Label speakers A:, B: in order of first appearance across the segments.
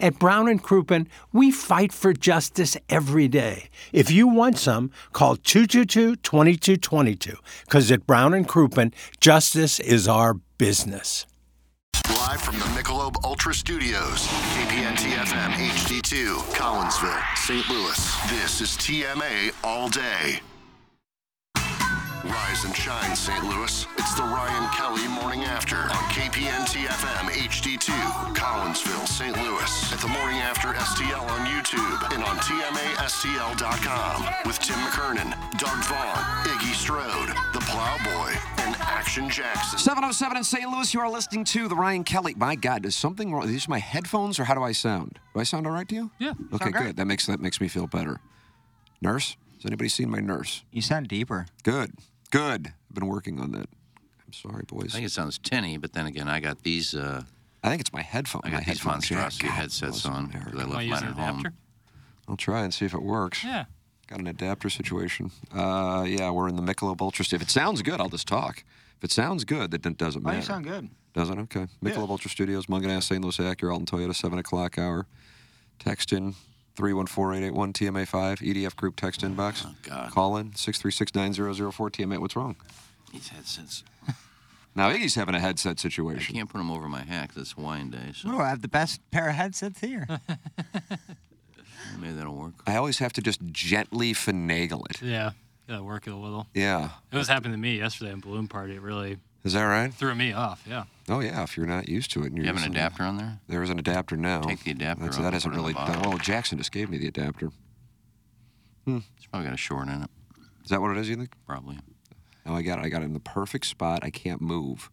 A: At Brown and Crouppen, we fight for justice every day. If you want some, call 222-2222 cuz at Brown and Crouppen, justice is our business.
B: Live from the Michelob Ultra Studios, KPN TFM HD2, Collinsville, St. Louis. This is TMA All Day. Rise and shine, St. Louis. It's the Ryan Kelly Morning After on KPN TFM HD2, Collinsville, St. Louis. At the Morning After STL on YouTube and on TMASTL.com with Tim McKernan, Doug Vaughn, Iggy Strode, The Plowboy, and Action Jackson.
C: 707 in St. Louis, you are listening to the Ryan Kelly. My God, is something wrong? Is this my headphones or how do I sound? Do I sound all right to you?
D: Yeah,
C: Okay, good. That makes that makes me feel better. Nurse? Has anybody seen my nurse?
D: You sound deeper.
C: Good. Good. I've been working on that. I'm sorry, boys.
E: I think it sounds tinny, but then again, I got these. Uh,
C: it's my headphone.
E: I
C: my
E: got these
C: headphone jack.
E: monstrosity
C: God,
E: headsets
C: bless
E: on
C: America.
E: because I
D: Am
E: left
D: I
E: mine
D: using
E: at
D: an
E: home.
D: adapter?
C: I'll try and see if it works.
D: Yeah.
C: Got an adapter situation. Uh, yeah, we're in the Michelob Ultra. If it sounds good, I'll just talk. If it sounds good, that it doesn't
D: Oh,
C: matter.
D: you sound good.
C: Does it? Okay. Michelob Ultra Studios, Munganass, St. Louis Acura, Alton Toyota, 7 o'clock hour. Text in 314-881-TMA5, EDF E group text inbox.
E: God.
C: Call in 636-9004-TMA. What's wrong?
E: These headsets.
C: Now, Iggy's having a headset
E: I
C: situation.
E: can't put them over my hack. That's wine day, so
D: Oh, I have the best pair of headsets here.
E: maybe that'll work.
C: I always have to just gently finagle it.
F: Yeah, gotta work it a little.
C: Yeah.
F: It was happening to me yesterday in balloon party. It really
C: Is that right?
F: threw me off. Yeah,
C: Oh, yeah, if you're not used to it. And you're
E: You have an
C: using-
E: adapter on there?
C: There is an adapter now.
E: Take the adapter
C: That's,
E: off
C: that
E: and
C: hasn't
E: put it on
C: really
E: the
C: done.
E: bottom.
C: Well, Jackson just gave me the adapter.
E: It's probably got a short in it.
C: Is that what it is, you think?
E: Probably.
C: Oh, I got it. I got it in the perfect spot. I can't move.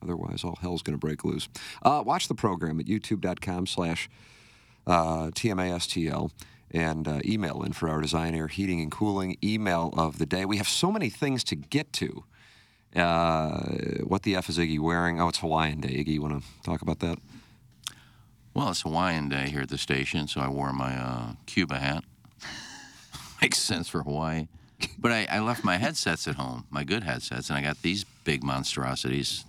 C: Otherwise, all hell's going to break loose. Uh, watch the program at youtube.com slash uh, TMASTL and uh, email in for our design, air, heating, and cooling email of the day. We have so many things to get to. Uh, what the F is Iggy wearing? Oh, it's Hawaiian Day. Iggy, you want to talk about that?
E: Well, it's Hawaiian Day here at the station, so I wore my uh, Cuba hat. Makes sense for Hawaii. But I, I left my headsets at home, my good headsets, and I got these big monstrosities.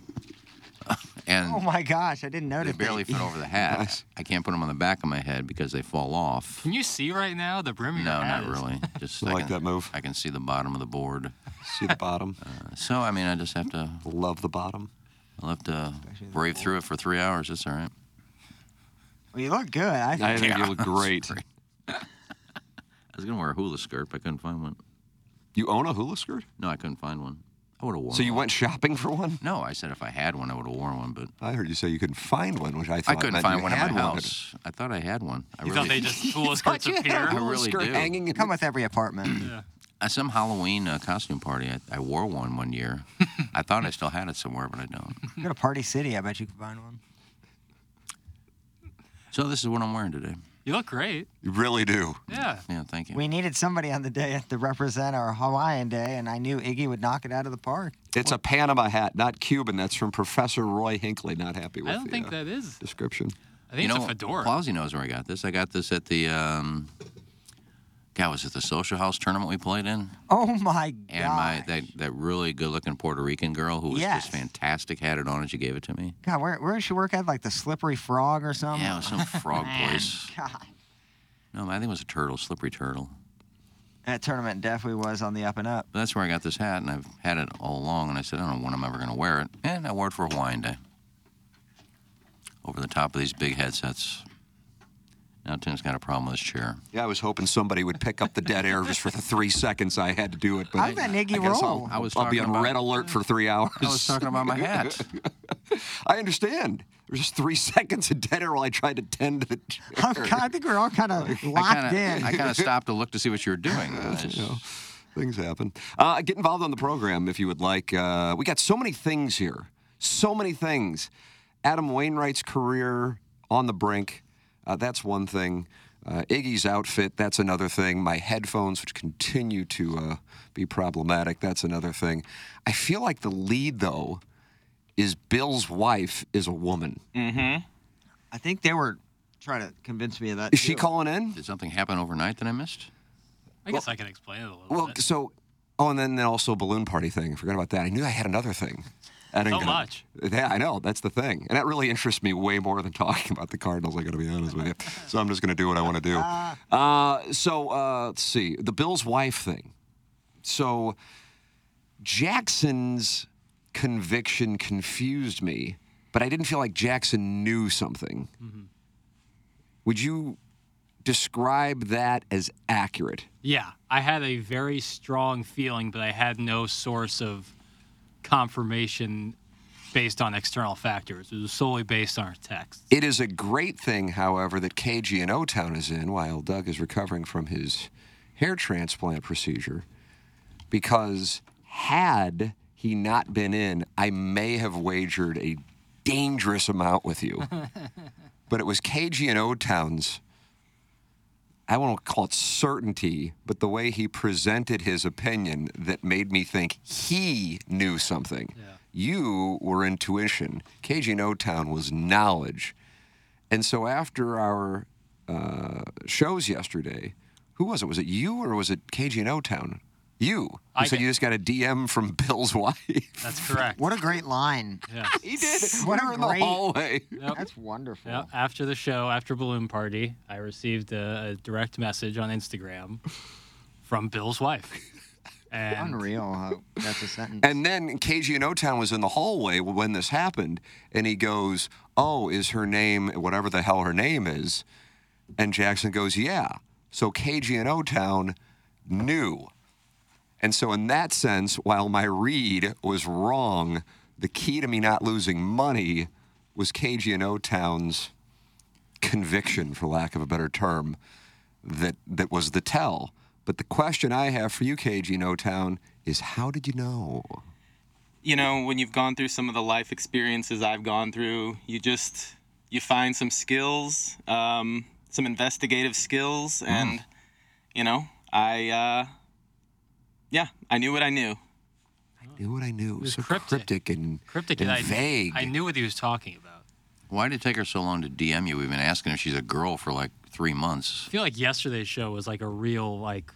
E: and
D: Oh my gosh, I didn't
E: they
D: notice.
E: barely fit over the hat.
C: Nice.
E: I can't put them on the back of my head because they fall off.
F: can you see right now the brim of your
E: No,
F: hat
E: not
F: is-
E: really. Just
C: I
E: I
C: like
E: can-
C: that move.
E: I can see the bottom of the board.
C: See the bottom?
E: So I mean, I just have to.
C: Love the bottom.
E: I'll have to brave through it for three hours. That's all right.
D: Well, you look good. I think.
C: I think you look great.
E: I was gonna wear a hula skirt, but I couldn't find one.
C: You own a hula skirt?
E: No, I couldn't find one. I would have worn.
C: So you
E: one.
C: went shopping for one?
E: No, I said if I had one, I would have worn one, but
C: I heard you say you couldn't find one, which I
E: I
C: thought
E: couldn't
C: meant
E: find
C: you
E: one in
C: had
E: my
C: one.
E: house. I thought I had one. I
F: You
E: really,
F: thought they just fool skirts
C: you had
F: appear?
E: I
C: a
E: really
C: skirt
E: do.
C: hanging in
D: Come with every apartment.
E: at some Halloween uh, costume party, I, I wore one one year. I thought I still had it somewhere, but I don't.
D: Go to Party City. I bet you can find one.
E: So this is what I'm wearing today.
F: You look great.
C: You really do.
F: Yeah.
E: Yeah, thank you.
D: We needed somebody on the day to represent our Hawaiian Day, and I knew Iggy would knock it out of the park.
C: It's a Panama hat, not Cuban. That's from Professor Roy Hinckley. Not happy with
F: I don't
C: the,
F: think
C: uh,
F: that is.
C: description.
F: I think
E: you
F: it's
E: know,
F: a fedora.
E: Plowsy knows where I got this. I got this at the. Um, God, was it the social house tournament we played in?
D: Oh my god.
E: And my that, that really good looking Puerto Rican girl who was
D: Yes.
E: just fantastic had it on and she gave it to me.
D: God, where where does she work at? Like the Slippery Frog or something?
E: Yeah, it was some frog place.
D: God.
E: No, I think it was a turtle, slippery turtle.
D: That tournament definitely was on the up and up.
E: But that's where I got this hat, and I've had it all along. And I said, I don't know when I'm ever going to wear it. And I wore it for Hawaiian Day over the top of these big headsets. Now, Elton's got a problem with his chair.
C: Yeah, I was hoping somebody would pick up the dead air just for the three seconds I had to do it. But
D: I've got an Iggy
C: I guess
D: roll.
C: I'll,
E: I was
C: I'll be
E: talking
C: on
E: about-
C: red alert for three hours.
E: I was talking about my hat.
C: I understand. There's just three seconds of dead air while I tried to tend to the
D: I'm
C: chair.
D: ki- Oh, I think we're all kind of
E: I
D: locked
E: kinda,
D: in.
E: I kind of stopped to look to see what you were doing. Uh, I just-
C: Things happen. Uh, get involved on the program if you would like. Uh, we got so many things here. So many things. Adam Wainwright's career on the brink. Uh, that's one thing. Uh, Iggy's outfit. That's another thing. My headphones, which continue to uh, be problematic. That's another thing. I feel like the lead, though, is Bill's wife is a woman.
D: I think they were trying to convince me of that.
C: Is she
D: too.
C: calling in?
E: Did something happen overnight that I missed?
F: I guess I can explain it a little
C: Well,
F: bit.
C: so oh, and then also balloon party thing. I forgot about that. I knew I had another thing. I didn't
F: So
C: get it.
F: much.
C: Yeah, I know. That's the thing, and that really interests me way more than talking about the Cardinals. I got to be honest with you. So I'm just going to do what I want to do. Uh, so uh, let's see the Bill's wife thing. So Jackson's conviction confused me, but I didn't feel like Jackson knew something.
F: Mm-hmm.
C: Would you describe that as accurate?
F: Yeah, I had a very strong feeling, but I had no source of confirmation based on external factors. It was solely based on our text.
C: It is a great thing, however, that KG and O Town is in while Doug is recovering from his hair transplant procedure because had he not been in, I may have wagered a dangerous amount with you. but it was KG and O Town's, I won't call it certainty, but the way he presented his opinion that made me think he knew something. You were intuition. KG and O Town was knowledge. And so after our uh, shows yesterday, who was it? Was it you or was it KG and O Town? You.
F: I
C: so
F: got-
C: you just got a DM from Bill's wife.
F: That's correct.
D: What a great line.
F: Yes.
C: he did.
D: What
C: we
D: a
C: were in the
D: great-
C: hallway.
D: That's wonderful.
F: Yeah, after the show, after Balloon Party, I received a, a direct message on Instagram from Bill's wife. And
D: Unreal. How that's a sentence.
C: And then KG and O Town was in the hallway when this happened, and he goes, "Oh, is her name whatever the hell her name is?" And Jackson goes, "Yeah." So KG and O Town knew, and so in that sense, while my read was wrong, the key to me not losing money was KG and O Town's conviction, for lack of a better term, that that was the tell. But the question I have for you, KG No Town, is how did you know?
G: you know when you've gone through some of the life experiences i've gone through you just you find some skills um, some investigative skills and you know i uh, yeah i knew what i knew
C: I knew what I knew. It was so
F: was
C: cryptic,
F: cryptic.
C: and
F: cryptic,
C: and
F: and I,
C: vague.
F: I knew what he was talking about.
E: Why did it take her so long to DM you? We've been asking if she's a girl for like three months.
F: I feel like yesterday's show was like a real, like,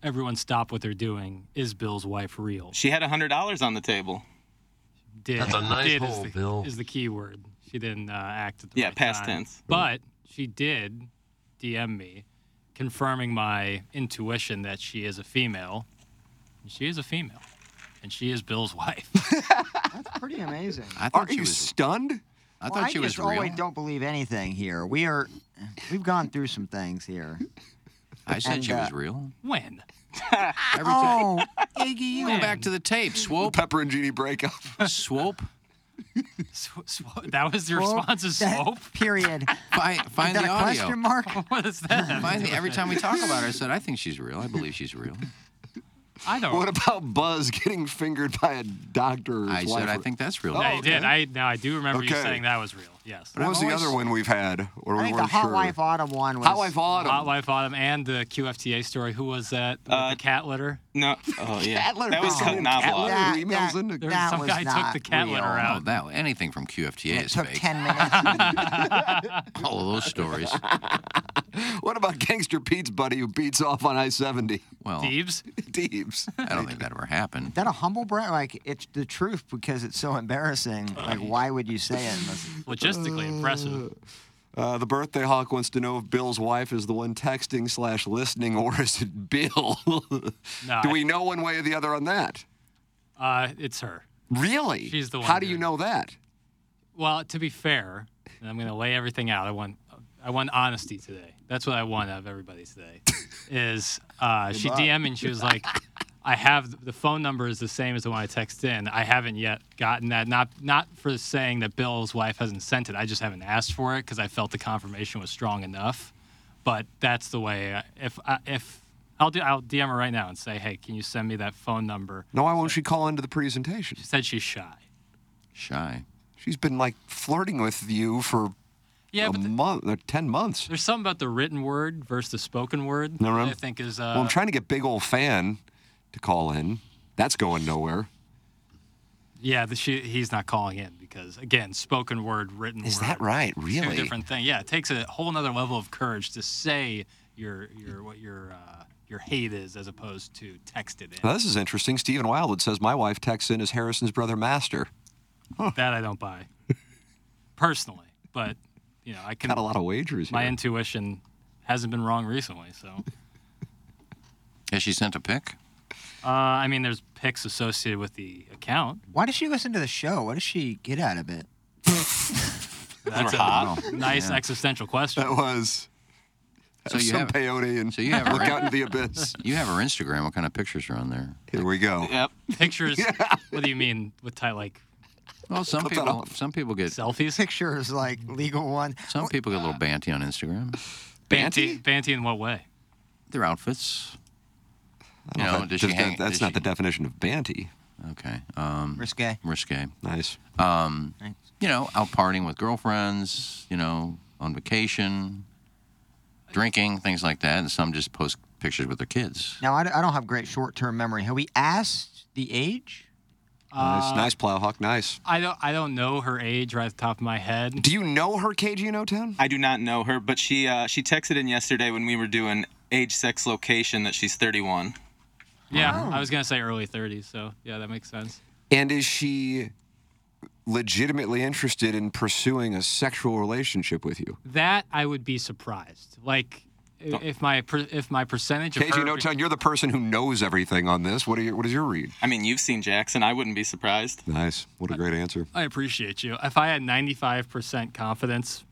F: everyone stop what they're doing. Is Bill's wife real?
G: she had a hundred dollars on the table
F: Did,
H: That's a nice
F: did
H: hole,
F: is the,
H: Bill.
F: is the key word. She didn't uh, act at the
G: Yeah,
F: right
G: past
F: time.
G: tense.
F: But she did DM me, confirming my intuition that she is a female. And she is a female, and she is Bill's wife.
D: that's pretty amazing.
E: I
C: Are
E: thought she
C: you
E: was.
C: stunned?
E: I
D: Well,
E: thought she was
D: just always
E: real.
D: don't believe anything here. We are, we've gone through some things here.
E: I said
D: and,
E: she
D: uh,
E: was real.
F: when?
E: Every time.
D: Oh, Iggy, you
E: Go back to the tape. Swope.
C: Pepper and Genie break up.
E: Swope.
F: Sw- sw- that was the
D: Swope,
F: response is
D: that-
F: swope?
D: Period.
E: Find,
D: Is
E: find
D: that
E: the
D: a
E: audio.
D: question mark?
F: What is that?
E: Find the, every time we talk about her, I said, I think she's real. I believe she's real.
F: I don't.
C: What about Buzz getting fingered by a doctor? or his
E: I
C: wife
E: said, I
C: or-
E: think that's real.
D: Oh.
F: I Oh, did. I now I do remember you
C: Okay.
F: saying that was real. Yes.
C: What was the other one we've had? Or
D: I
C: we
D: think the
C: weren't
D: Hot
C: sure?
D: Wife Autumn one was.
C: Hot Wife Autumn.
F: Hot Life Autumn and the QFTA story. Who was that? with
G: Uh,
F: the cat litter.
G: no oh yeah
C: Cat litter
G: that was
C: comes
G: cut
C: in, cat
G: knobloch
C: litter.
D: That,
C: emails
D: that,
C: into-
F: There was
D: that
F: some
D: was
F: guy
D: not
F: took the cat
D: real.
F: litter
E: Oh,
F: out.
E: that anything from QFTA
D: It
E: is
D: took
E: fake.
D: ten minutes.
E: All of those stories.
C: What about Gangster Pete's buddy who beats off on I 70?
G: Oh,
E: Well,
F: Thieves.
C: Deeps.
E: I don't think that ever happened.
D: that a humble brag? Like it's the truth because it's so embarrassing. Like why would you say it? unless-
F: Logistically impressive.
C: Uh, the birthday hawk wants to know if Bill's wife is the one texting slash listening, or is it Bill?
F: No,
C: Do
F: I-
C: we know one way or the other on that?
F: Uh, it's her.
C: Really?
F: She's the one
C: How do you
F: doing
C: know that?
F: Well, to be fair, and I'm going to lay everything out. I want. I want honesty today. That's what I want out of everybody today. Is uh, she DM'd me and she was like, I have the phone number is the same as the one I text in. I haven't yet gotten that. Not not for saying that Bill's wife hasn't sent it. I just haven't asked for it because I felt the confirmation was strong enough. But that's the way. I, if I, if I'll do, I'll DM her right now and say, hey, can you send me that phone number?
C: No, why won't she call into the presentation?
F: She said she's shy.
E: Shy.
C: She's been like flirting with you for
F: Yeah,
C: a
F: but the-
C: month, or ten months.
F: There's something about the written word versus the spoken word
C: No,
F: that
C: no.
F: I think is. Uh,
C: well, I'm trying to get big old fan to call in. That's going nowhere.
F: Yeah, the, she, he's not calling in because again, spoken word, written
C: Is
F: word,
C: that right?
F: Two
C: Really?
F: different thing. Yeah, it takes a whole nother level of courage to say your your what your uh, your hate is as opposed to text it in.
C: Now, this is interesting. Stephen Wildwood says my wife texts in as Harrison's brother, Master. Oh.
F: That I don't buy personally, but you know I can.
C: Got a lot of wagers here.
F: my intuition hasn't been wrong recently, so.
E: Has she sent a pic?
F: Uh, I mean, there's pics associated with the account.
D: Why does she listen to the show? What does she get out of it?
F: That's a nice existential question.
C: that was
E: So you
C: some
E: have-
C: peyote and
E: so you have a
C: look
E: re-
C: out into the abyss.
E: You have her Instagram. What kind of pictures are on there?
C: Here we go.
G: Yep.
F: Pictures. What do you mean with type like
E: Well, some people some people get
F: selfies?
D: Pictures like legal one.
E: some people get a little banty on Instagram.
F: Banty. Banty in what way?
E: Their outfits. You
C: Well,
E: know,
C: that-
E: does she
C: that-
E: hang?
C: that's
E: does
C: not
E: she-
C: the definition of banty.
E: Okay. Um,
D: Risque.
E: risque. Um,
C: Nice.
E: You know, out partying with girlfriends. You know, on vacation, drinking, things like that. And some just post pictures with their kids.
D: Now I, d- I don't have great short-term memory. Have we asked the age?
C: nice.
F: Uh,
C: Nice, Plowhawk. Nice.
F: I don't I don't know her age right off the top of my head.
C: Do you know her, KG in O-Town?
G: I do not know her, but she uh, she texted in yesterday when we were doing age, sex, location that she's 31.
F: Yeah, I was gonna say early 30s, so yeah, that makes sense.
C: And is she legitimately interested in pursuing a sexual relationship with you?
F: That I would be surprised. Like
G: Oh.
F: i- if my per- if my percentage of
C: KG
F: her-
C: in O-Town, you're the person who knows everything on this. What, are your, what is your read?
G: I mean, you've seen Jackson. I wouldn't be surprised.
C: Nice. What a great answer.
F: I appreciate you. If I had 95% confidence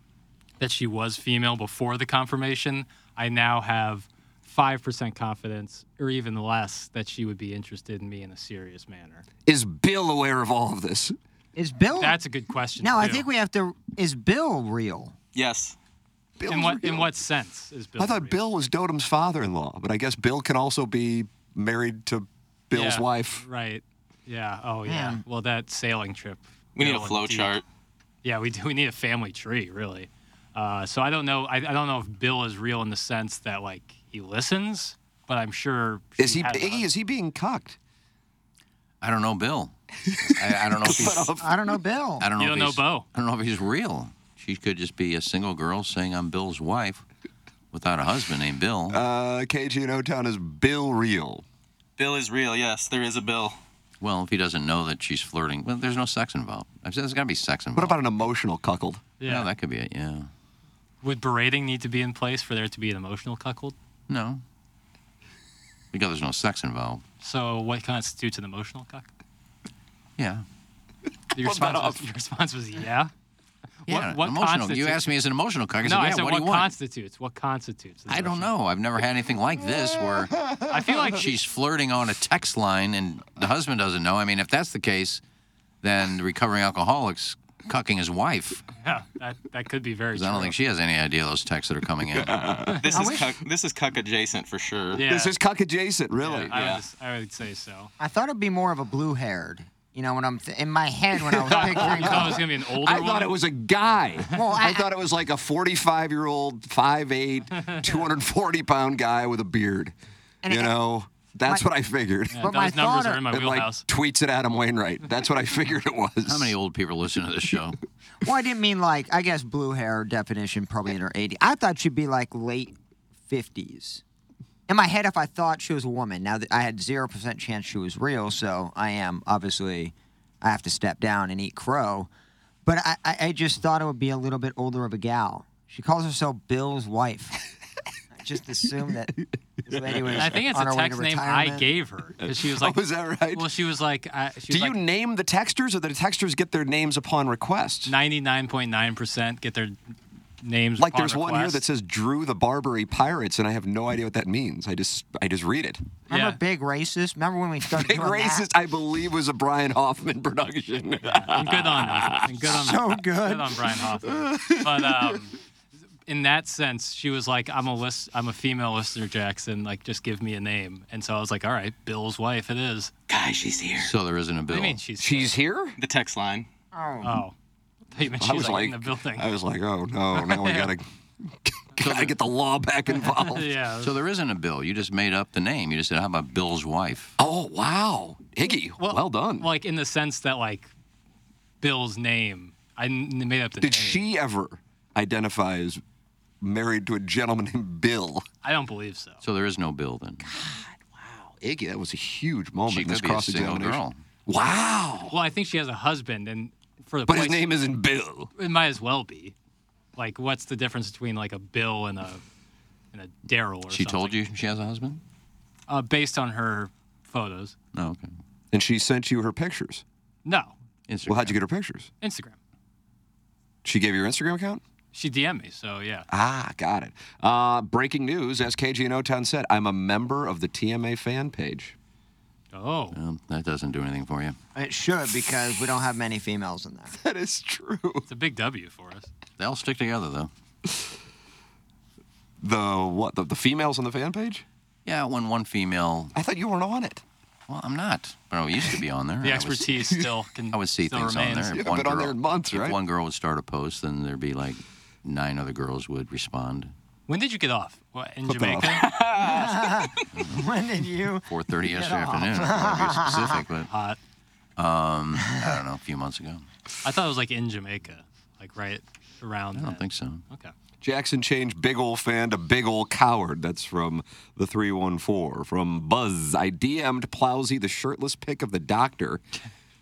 F: that she was female before the confirmation, I now have 5% confidence or even less that she would be interested in me in a serious manner.
C: Is Bill aware of all of this?
D: Is Bill?
F: That's a good question.
D: no, Oh. I
F: too.
D: think we have to. Is Bill real?
G: Yes.
C: Bill's
F: in what in
C: real.
F: what sense is Bill
C: I thought
F: real?
C: Bill was Dotem's father-in-law, but I guess Bill can also be married to Bill's
F: Yeah,
C: wife.
F: Right. Yeah. Oh yeah.
D: Man.
F: Well, that sailing trip.
G: We need a
F: Bill and
G: flow
F: Dee-
G: chart.
F: Yeah, we do. We need a family tree, really. Uh, so I don't know. I, I don't know if Bill is real in the sense that like he listens, but I'm sure.
C: Is
F: she
C: he?
F: has a
C: Iggy,
F: hus-
C: is he being cucked?
E: I don't know Bill. I, I don't know if he's.
D: I don't know Bill.
E: I don't know. if
F: You don't know
E: he's-
F: Bo.
E: I don't know if he's real. She could just be a single girl saying I'm Bill's wife, without a husband named Bill.
C: Uh, KG in O-Town is Bill real.
G: Bill is real. Yes, there is a Bill.
E: Well, if he doesn't know that she's flirting, well, there's no sex involved. I've said There's got to be sex involved.
C: What about an emotional cuckold?
E: Yeah,
F: Yeah.
E: that could be it. Yeah.
F: Would berating need to be in place for there to be an emotional cuckold?
E: No. Because there's no sex involved.
F: So what constitutes an emotional cuck?
E: Yeah.
F: Your response, was, your response was yeah.
E: Yeah.
F: what
E: emotional. You
F: constitutes-
E: asked me as an emotional cuck. I said,
F: No,
E: yeah,
F: I said
E: what,
F: what,
E: do you want?
F: constitutes? What constitutes? an
E: I don't
F: emotional-
E: know. I've never had anything like this where
F: I feel like
E: she's flirting on a text line and the husband doesn't know. I mean, if that's the case, then the recovering alcoholic's cucking his wife.
F: yeah, that, that could be very.
E: 'Cause
F: True.
E: I don't think she has any idea those texts that are coming in.
G: This is cuck, this is cuck adjacent for sure.
F: Yeah.
C: This is cuck adjacent,
F: yeah,
C: really.
F: I, would, I would say so.
D: I thought it'd be more of a blue-haired. You know, when I'm th- in my head when I was picturing.
F: You thought it was gonna be an older
C: I
F: one?
C: thought it was a guy.
D: Well,
C: I,
D: I-
C: thought it was like a 45 year old, 5'8, 240 pound guy with a beard. you know, that's what I figured.
F: Yeah,
D: But my
F: those numbers
D: thought
F: are in my
C: It, like
F: wheelhouse.
C: tweets at Adam Wainwright. That's what I figured it was.
E: How many old people listen to this show?
D: Well, I didn't mean like I guess blue hair definition probably in her 80s. I thought she'd be like late 50s. In my head, if I thought she was a woman, now that I had zero percent chance she was real, so I am obviously I have to step down and eat crow. But I, I, I just thought it would be a little bit older of a gal. She calls herself Bill's wife. I just assumed that this lady was.
F: I think it's
D: on
F: a
D: her way to
F: text name I
D: retirement.
F: gave her because she was like,
C: Oh, is that right?
F: Well, she was like, I,
C: Do
F: she was
C: you
F: like
C: name the texters or the texters get their names upon request?
F: 99.9 percent get their names.
C: Like
F: upon
C: there's one here
F: request.
C: that says Drew the Barbary Pirates, and I have no idea what that means. I just I just read it.
D: Remember
F: Yeah.
D: Big Racist? Remember when we started
C: Big
D: doing that?
C: Racist, I believe, was a Brian Hoffman production.
F: And good on them. And good on
D: So good.
F: Good on Brian Hoffman. But um, in that sense, she was like, "I'm a list. I'm a female listener, Jackson. Like, just give me a name." And so I was like, "All right, Bill's wife. It is."
G: Guys, she's here.
E: So there isn't a bill.
F: I mean, she's
C: She's here.
G: The text line.
F: oh, I thought you meant
C: I
F: she was
C: was
F: like,
C: like,
F: in the building.
C: I was like, oh no, now we gotta gotta get the law back involved.
F: yeah.
E: so there isn't a bill. You just made up the name. You just said, "How about Bill's wife?"
C: Oh wow, Iggy, well, done.
F: Like in the sense that like Bill's name, I n- made up the name.
C: Did she ever identify as married to a gentleman named Bill?
F: I don't believe so.
E: So there is no bill then.
C: Iggy, that was a huge moment.
E: She
C: in this
E: could be a
C: cross
E: single
C: examination.
E: girl.
C: Wow,
F: Well, I think she has a husband, and for the
C: but his
F: place-
C: name isn't Bill.
F: it might as well be. Like, what's the difference between like a Bill and a and a Daryl? or
E: She
F: something?
E: told you she has a husband?
F: uh, based on her photos.
E: No. Okay.
C: And she sent you her pictures.
F: No,
E: Instagram.
C: Well, how'd you get her pictures?
F: Instagram.
C: She gave you her Instagram account?
F: She DM'd me, so yeah.
C: Ah, got it. Uh, breaking news, as KG and O-Town said, I'm a member of the TMA fan page.
F: Oh,
E: Well, that doesn't do anything for you.
D: It should because we don't have many females in there.
C: That is true.
F: it's a big W for us.
E: They'll stick together though.
C: The what? The, the females on the fan page?
E: Yeah, when one female.
C: I thought you weren't on it.
E: Well, I'm not, but I used to be on there.
F: The
E: I was-
F: expertise still can.
E: I would see
F: still
E: things
F: remains.
E: on there. If
C: You haven't been on there in months,
E: if
C: right?
E: one girl would start a post, then there'd be like nine other girls would respond.
F: When did you get off? What in
C: Flip it off.
F: Jamaica?
D: when did you?
E: 4:30 yesterday afternoon. I don't want to be specific,
F: Hot.
E: but um, I don't know, a few months ago.
F: I thought it was like in Jamaica, like right around.
E: I don't think so.
F: Okay.
C: Jackson changed big ol' fan to big ol' coward. That's from the 314. From Buzz, I DM'd Plowsy the shirtless pic of the doctor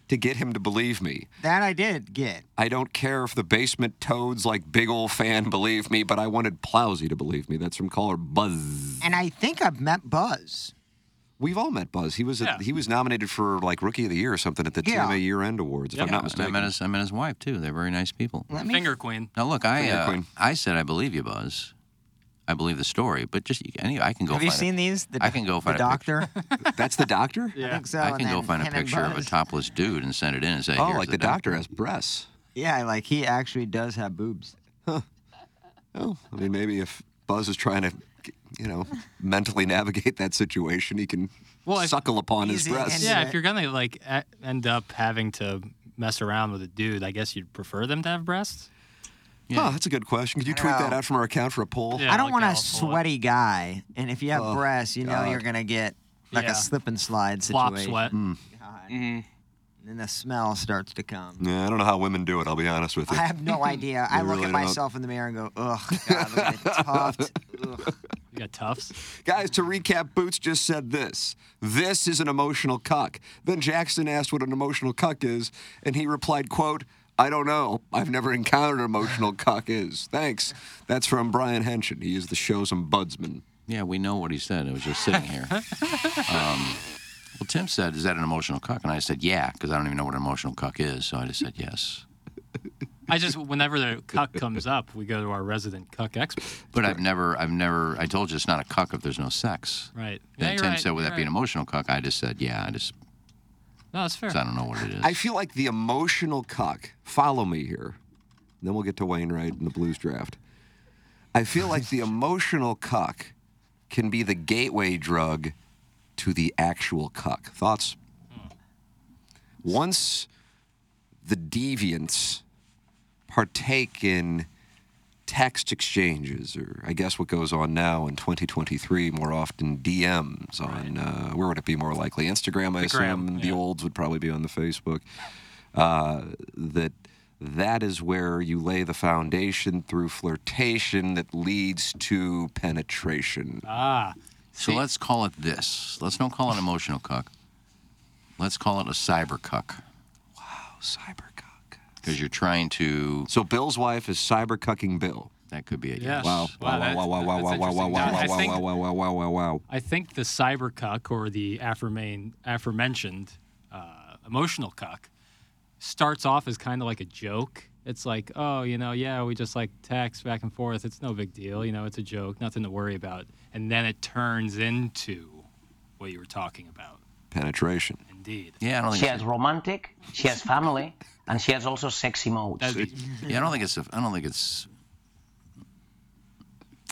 C: to get him to believe me.
D: That I did get.
C: I don't care if the basement toads like big ol' fan believe me, but I wanted Plowsy to believe me. That's from caller Buzz.
D: And I think I've met Buzz.
C: We've all met Buzz. He was a,
F: Yeah.
C: he was nominated for like Rookie of the Year or something at the
D: Yeah.
C: TMA Year End Awards, if I'm not
E: And I
C: mistaken.
E: met his, I met his wife too. They're very nice people.
D: Let me.
F: Finger Queen.
E: Now look, I
C: Finger
E: uh,
C: queen.
E: I said I believe you, Buzz. I believe the story, but just any I can go.
D: have
E: find
D: you
E: a-
D: seen these? The,
E: I can go
D: The
E: find a picture.
D: doctor.
C: That's the doctor.
D: I think so.
E: I
D: and
E: can go
D: then
E: find a
D: him and
E: picture of a
D: Buzz.
E: topless dude and send it in and say,
C: Oh,
E: "Here's
C: like the doctor has breasts.
D: Yeah, like he actually does have boobs.
C: Oh, I mean, maybe if Buzz is trying to, you know, mentally navigate that situation, he can
F: Well, if-
C: suckle upon his
D: Easy
C: breasts.
D: and-
F: Yeah, if
D: Right.
F: you're gonna like e- end up having to mess around with a dude, I guess you'd prefer them to have breasts.
C: Huh, Oh, that's a good question. Could you tweet that out from our account for a poll?
F: Yeah,
D: I don't
F: like
D: want a
F: Dallas Fuller.
D: sweaty guy. And if you have breasts, you know you're gonna get like
F: Oh, Yeah.
D: a slip and slide situation.
F: Flop sweat.
E: Hmm. Mm-hmm.
D: And then the smell starts to come.
C: Yeah, I don't know how women do it. I'll be honest with
D: I
C: you.
D: have no idea. I look
C: really don't.
D: at myself in the mirror and go, ugh, God, look at it tuft. Ugh.
F: You got tufts.
C: Guys, to recap, Boots just said this. This is an emotional cuck. Then Jackson asked what an emotional cuck is, and he replied, quote, I don't know. I've never encountered an emotional cuck is. Thanks. That's from Brian Henson. He is the show's ombudsman.
E: Yeah, we know what he said. It was just sitting here. um, well, Tim said, "Is that an emotional cuck?" And I said, "Yeah," because I don't even know what an emotional cuck is. So I just said yes.
F: I just whenever the cuck comes up, we go to our resident cuck expert.
E: But I've never, I've never, I told you it's not a cuck if there's no sex.
F: Right. Yeah,
E: Then
F: you're
E: Tim
F: right,
E: said, "Would
F: you're
E: that be
F: right.
E: an emotional cuck?" I just said, "Yeah." I just,
F: No, that's fair.
E: 'cause I don't know what it is.
C: I feel like the emotional cuck. Follow me here. Then we'll get to Wainwright and the blues draft. I feel like the emotional cuck can be the gateway drug to the actual cuck. Thoughts? Once the deviants partake in text exchanges, or I guess what goes on now in 2023, more often DMs on uh, where would it be more likely? Instagram, I
F: gram,
C: assume.
F: yeah.
C: The olds would probably be on the Facebook. Uh, that that is where you lay the foundation through flirtation that leads to penetration.
F: Ah,
E: so let's call it this. Let's not call it emotional cuck. Let's call it a cyber cuck
C: Cybercock.
E: because you're trying to.
C: Oh, So Bill's wife is cybercucking Bill.
E: That could be it. Yes.
F: yes.
C: Wow. Wow,
F: that's-
C: wow, wow, wow,
F: that's
C: wow, wow, wow,
F: interesting.
C: wow,
F: I
C: wow,
F: think-
C: wow, wow, wow, wow, wow, wow.
F: I think the cyber cuck or the aforemen- aforementioned uh, emotional cuck starts off as kind of like a joke it's like, oh, you know, yeah, we just like text back and forth. It's no big deal. You know, it's a joke, nothing to worry about. And then it turns into what you were talking about.
C: Penetration.
F: Indeed.
E: Yeah, I don't think
H: She
E: it's-
H: has romantic, she has family, and she has also sexy mode.
F: That'd be,
E: Yeah, I don't think it's. I I don't think it's.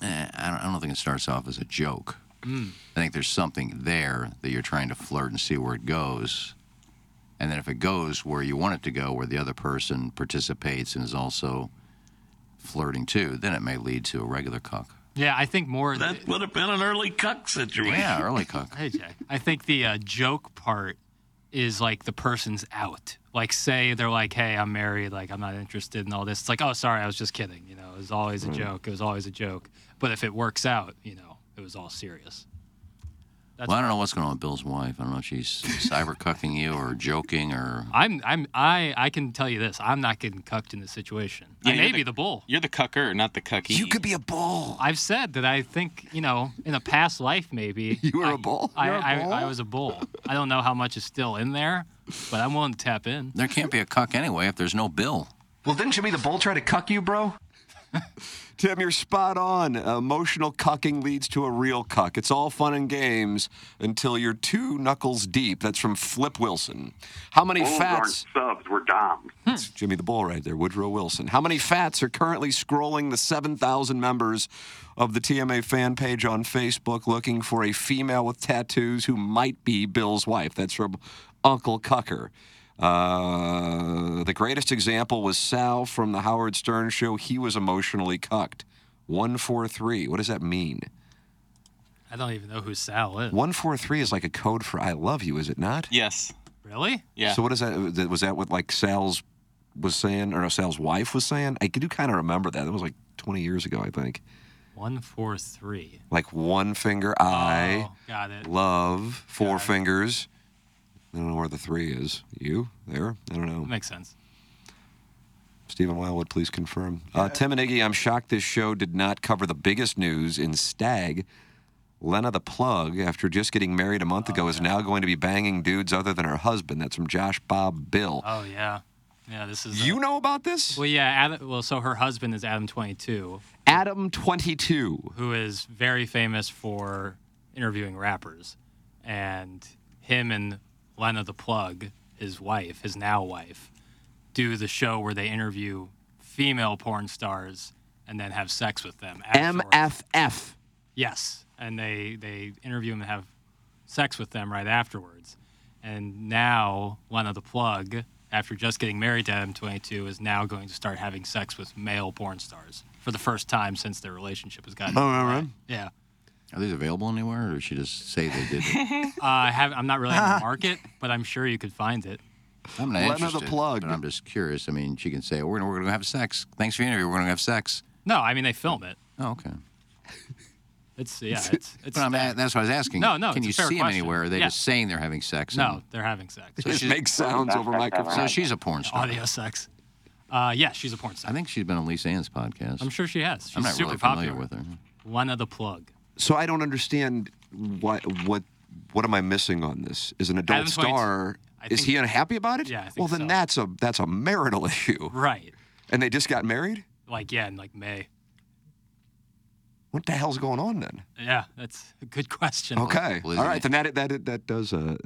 E: eh, I don't, I don't think it starts off as a joke.
I: Mm.
E: I think there's something there that you're trying to flirt and see where it goes, and then if it goes where you want it to go, where the other person participates and is also flirting too, then it may lead to a regular cuck.
F: yeah, I think more.
I: That would have been an early cuck situation.
E: Yeah, early cuck.
F: Hey, Jack. I think the uh, joke part is like the person's out. Like, say they're like, "Hey, I'm married. Like, I'm not interested in all this." It's like, "Oh, sorry, I was just kidding." You know, it was always
C: Hmm.
F: a joke. It was always a joke. But if it works out, you know, it was all serious.
E: Well, I don't know what's going on with Bill's wife. I don't know if she's cyber cucking you or joking or.
F: I'm, I'm, I, I can tell you this. I'm not getting cucked in this situation. I
G: you're
F: may
G: the-
F: be the bull.
G: You're the cucker, not the cucky.
C: You could be a bull.
F: I've said that I think, you know, in a past life maybe.
C: You were a bull?
F: I,
C: You're a
F: I,
C: bull?
F: I was a bull. I don't know how much is still in there, but I'm willing to tap in.
E: There can't be a cuck anyway if there's no Bill.
I: Well, didn't Jimmy the Bull try to cuck you, bro?
C: Tim, you're spot on. Emotional cucking leads to a real cuck. It's all fun and games until you're two knuckles deep. That's from Flip Wilson. How many fats?
I: subs. We're doms.
C: It's Jimmy the Bull right there, Woodrow Wilson. How many fats are currently scrolling the 7,000 members of the TMA fan page on Facebook looking for a female with tattoos who might be Bill's wife? That's from Uncle Cucker. Uh, the greatest example was Sal from the Howard Stern show. He was emotionally cucked. 143. What does that mean?
F: I don't even know who Sal is.
C: 143 is like a code for I love you, is it not?
G: Yes.
F: Really?
G: Yeah.
C: So what is that? Was that what like Sal's was saying, or no, Sal's wife was saying? I do kind of remember that. That was like 20 years ago, I think.
F: One four three.
C: Like one finger, I
F: Oh, got it.
C: love four fingers. I don't know where the three is. You there? I don't know.
F: Makes sense.
C: Stephen Wildwood, please confirm. Uh, Tim and Iggy, I'm shocked this show did not cover the biggest news in Stag. Lena the plug, after just getting married a month ago, is now going to be banging dudes other than her husband. That's from Josh Bob Bill.
F: Oh yeah, yeah. This is uh,
C: you know about this?
F: Well, yeah. Adam, well, so her husband is Adam Twenty Two,
C: Adam 22.
F: who is very famous for interviewing rappers, and him and Lena the Plug, his wife, his now wife, do the show where they interview female porn stars and then have sex with them. afterwards.
C: MFF.
F: Yes, and they they interview him and have sex with them right afterwards. And now Lena the Plug, after just getting married to Adam 22, is now going to start having sex with male porn stars for the first time since their relationship has gotten.
C: Oh, all right.
F: Yeah,
E: Are these available anywhere, or did she just say they did it?
F: uh, I have, I'm not really in the market, but I'm sure you could find it.
E: I'm not
C: Let her the
E: interested.
C: plug.
E: But I'm just curious. I mean, she can say, "We're gonna, we're gonna have sex. Thanks for your interview. We're gonna have sex."
F: No, I mean they film it.
E: Oh, okay.
F: It's yeah, it's it's.
E: But I'm, a- that's what I was asking.
F: No, no,
E: Can
F: it's a
E: you
F: fair
E: see them
F: question.
E: anywhere? Are they
F: Yeah.
E: just saying they're having sex?
F: no, they're having sex.
E: And,
C: Just make sounds over microphones.
E: so she's a porn star.
F: Audio sex. Uh, yeah, she's a porn star.
E: I think she's been on Lisa Ann's podcast.
F: I'm sure she has. She's
E: I'm not
F: super
E: really
F: popular
E: familiar with her.
F: Lena the Plug.
C: So I don't understand what what what am I missing on this? Is an adult
F: Adam's points-
C: star
F: I
C: is
F: think-
C: he unhappy about it?
F: Yeah, I think
C: well then
F: so.
C: that's a that's a marital issue.
F: Right.
C: And they just got married?
F: Like yeah, in like May.
C: What the hell's going on then?
F: Yeah, that's a good question.
C: Okay. All
E: well, isn't
C: right,
E: it-
C: then that that that does uh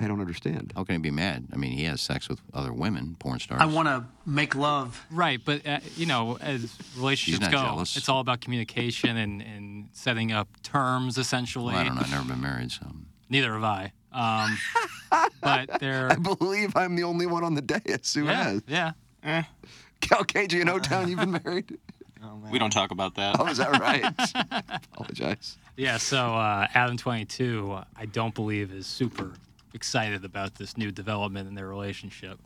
C: I don't understand.
E: How can he be mad? I mean, he has sex with other women, porn stars.
I: I want to make love.
F: Right, but uh, you know, as relationships
E: not
F: go,
E: jealous.
F: it's all about communication and, and setting up terms. Essentially,
E: Well, I don't know. I've never been married, so.
F: neither have I. Um, but
C: I
F: they're
C: believe I'm the only one on the dais who
F: yeah,
C: has.
F: yeah.
C: Cal KG in O Town, you've been married.
G: We don't talk about that.
C: Oh, is that right? Apologize.
F: Yeah, so uh, Adam 22, uh, I don't believe, is super excited about this new development in their relationship.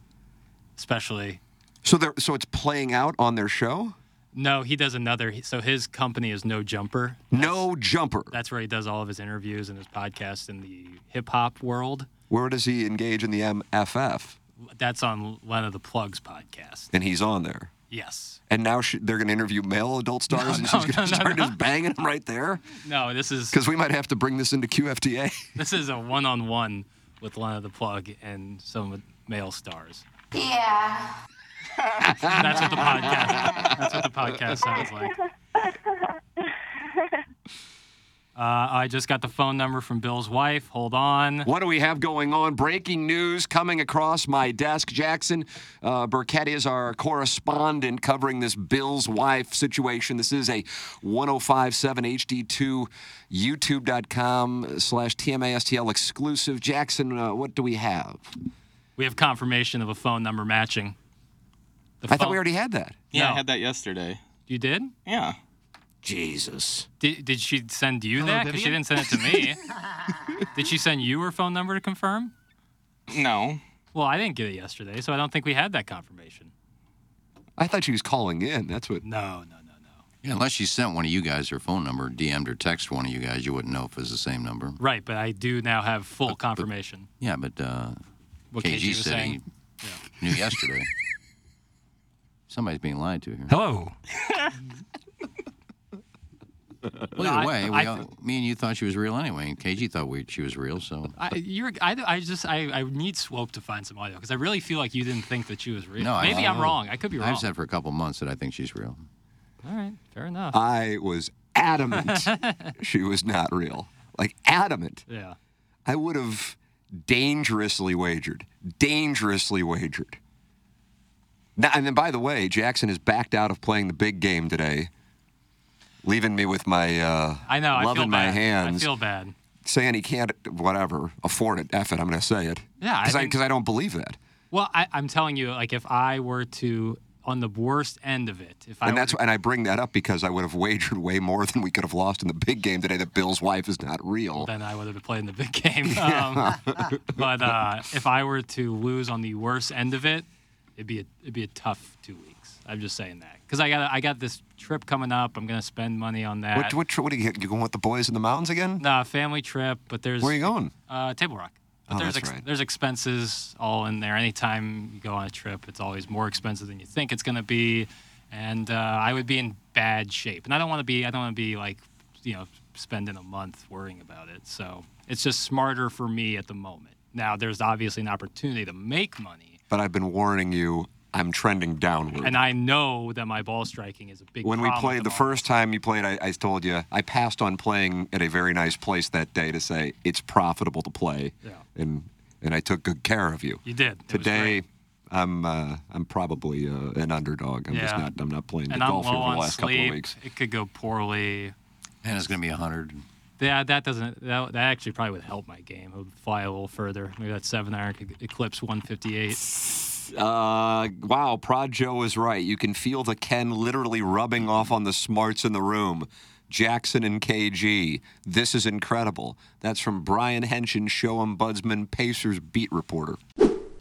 F: Especially,
C: So they're so it's playing out on their show?
F: no, he does another. So his company is No Jumper.
C: No jumper.
F: That's where he does all of his interviews and his podcasts in the hip hop world.
C: Where does he engage in the MFF?
F: That's on Lena the Plugs podcast.
C: And he's on there.
F: Yes.
C: And now she, they're going to interview male adult stars, and she's going
F: no,
C: to
F: no, no,
C: start just banging them right there.
F: No, this is
C: Because we might have to bring this into QFTA.
F: this is a one-on-one with Lana the Plug and some male stars.
J: Yeah.
F: That's what the podcast. That's what the podcast sounds like. Uh, I just got the phone number from Bill's wife. Hold on.
C: What do we have going on? Breaking news coming across my desk. Jackson uh, Burkett is our correspondent covering this Bill's wife situation. This is a 1057 HD2 YouTube.com slash TMASTL exclusive. Jackson, uh, what do we have?
F: We have confirmation of a phone number matching. The
C: I thought
F: phone-
C: we already had that.
G: Yeah, I
F: No.
G: had that yesterday.
F: You did?
G: Yeah.
C: Jesus.
F: Did, did she send you that? Because she
G: Vivian?
F: didn't send it to me. did she send you her phone number to confirm?
G: No.
F: Well, I didn't get it yesterday, so I don't think we had that confirmation.
C: I thought she was calling in. That's what.
F: No, no.
E: Yeah, unless she sent one of you guys her phone number, DM'd or texted one of you guys, you wouldn't know if it was the same number.
F: Right, but I do now have full confirmation.
E: Yeah, but uh,
F: What
E: KG,
F: KG was
E: said
F: saying.
E: he knew yesterday. Somebody's being lied to here.
F: Oh,
A: Hello.
E: Well,
F: No, I-
E: either way, we
F: I
E: all, me and you thought she was real anyway, and KG thought we, she was real, so.
F: I, you're, I, I just I, I need Swope to find some audio because I really feel like you didn't think that she was real.
E: I
F: Maybe
E: don't
F: I'm
E: know.
F: wrong. I could be wrong.
E: I've said for a couple months that I think she's real.
F: All right, fair enough.
C: I was adamant she was not real. Like, adamant.
F: yeah.
C: I would have dangerously wagered, dangerously wagered. Now, and then, by the way, Jackson is backed out of playing the big game today, leaving me with my uh,
F: I know. I
C: love
F: feel
C: in
F: bad.
C: my hands,
F: I feel bad.
C: saying he can't, whatever, afford it. F it, I'm going to say it.
F: Yeah, I
C: because I,
F: think-
C: 'cause I don't believe that.
F: Well, I, I'm telling you, like if I were to on the worst end of it, if I
C: And
F: were
C: that's and I bring that up because I would have wagered way more than we could have lost in the big game today. That Bill's wife is not real.
F: then I would have played in the big game. Um, but uh, if I were to lose on the worst end of it, it'd be a, it'd be a tough two weeks. I'm just saying that because I got I got this trip coming up. I'm gonna spend money on that.
C: What what what are you, you going with the boys in the mountains again?
F: Nah, family trip, but there's
C: Where are you going?
F: Uh, Table Rock. But
C: Oh,
F: there's
C: that's right.
F: there's expenses all in there. Anytime you go on a trip, it's always more expensive than you think it's gonna be, and uh, I would be in bad shape. And I don't want to be. I don't want to be like, you know, spending a month worrying about it. So it's just smarter for me at the moment. Now there's obviously an opportunity to make money,
C: But I've been warning you. I'm trending downward.
F: and I know that my ball striking is a big.
C: when we
F: problem at
C: played the
F: moment.
C: first time you played, I, I told you I passed on playing at a very nice place that day to say it's profitable to play,
F: Yeah.
C: and and I took good care of you.
F: you did It was
C: Today,
F: great.
C: I'm uh, I'm probably uh, an underdog. I'm just
F: Yeah.
C: not I'm not playing the
F: and I'm low
C: golf here for the
F: on
C: last couple
F: sleep.
C: of weeks.
F: It could go poorly.
E: And it's going to be 100.
F: Yeah, that doesn't. That, that actually probably would help my game. It would fly a little further. Maybe that seven iron could eclipse 158.
C: Uh, wow, Prod Joe is right. You can feel the Ken literally rubbing off on the smarts in the room. Jackson and KG. This is incredible. That's from Brian Henshin, show ombudsman, Pacers beat reporter.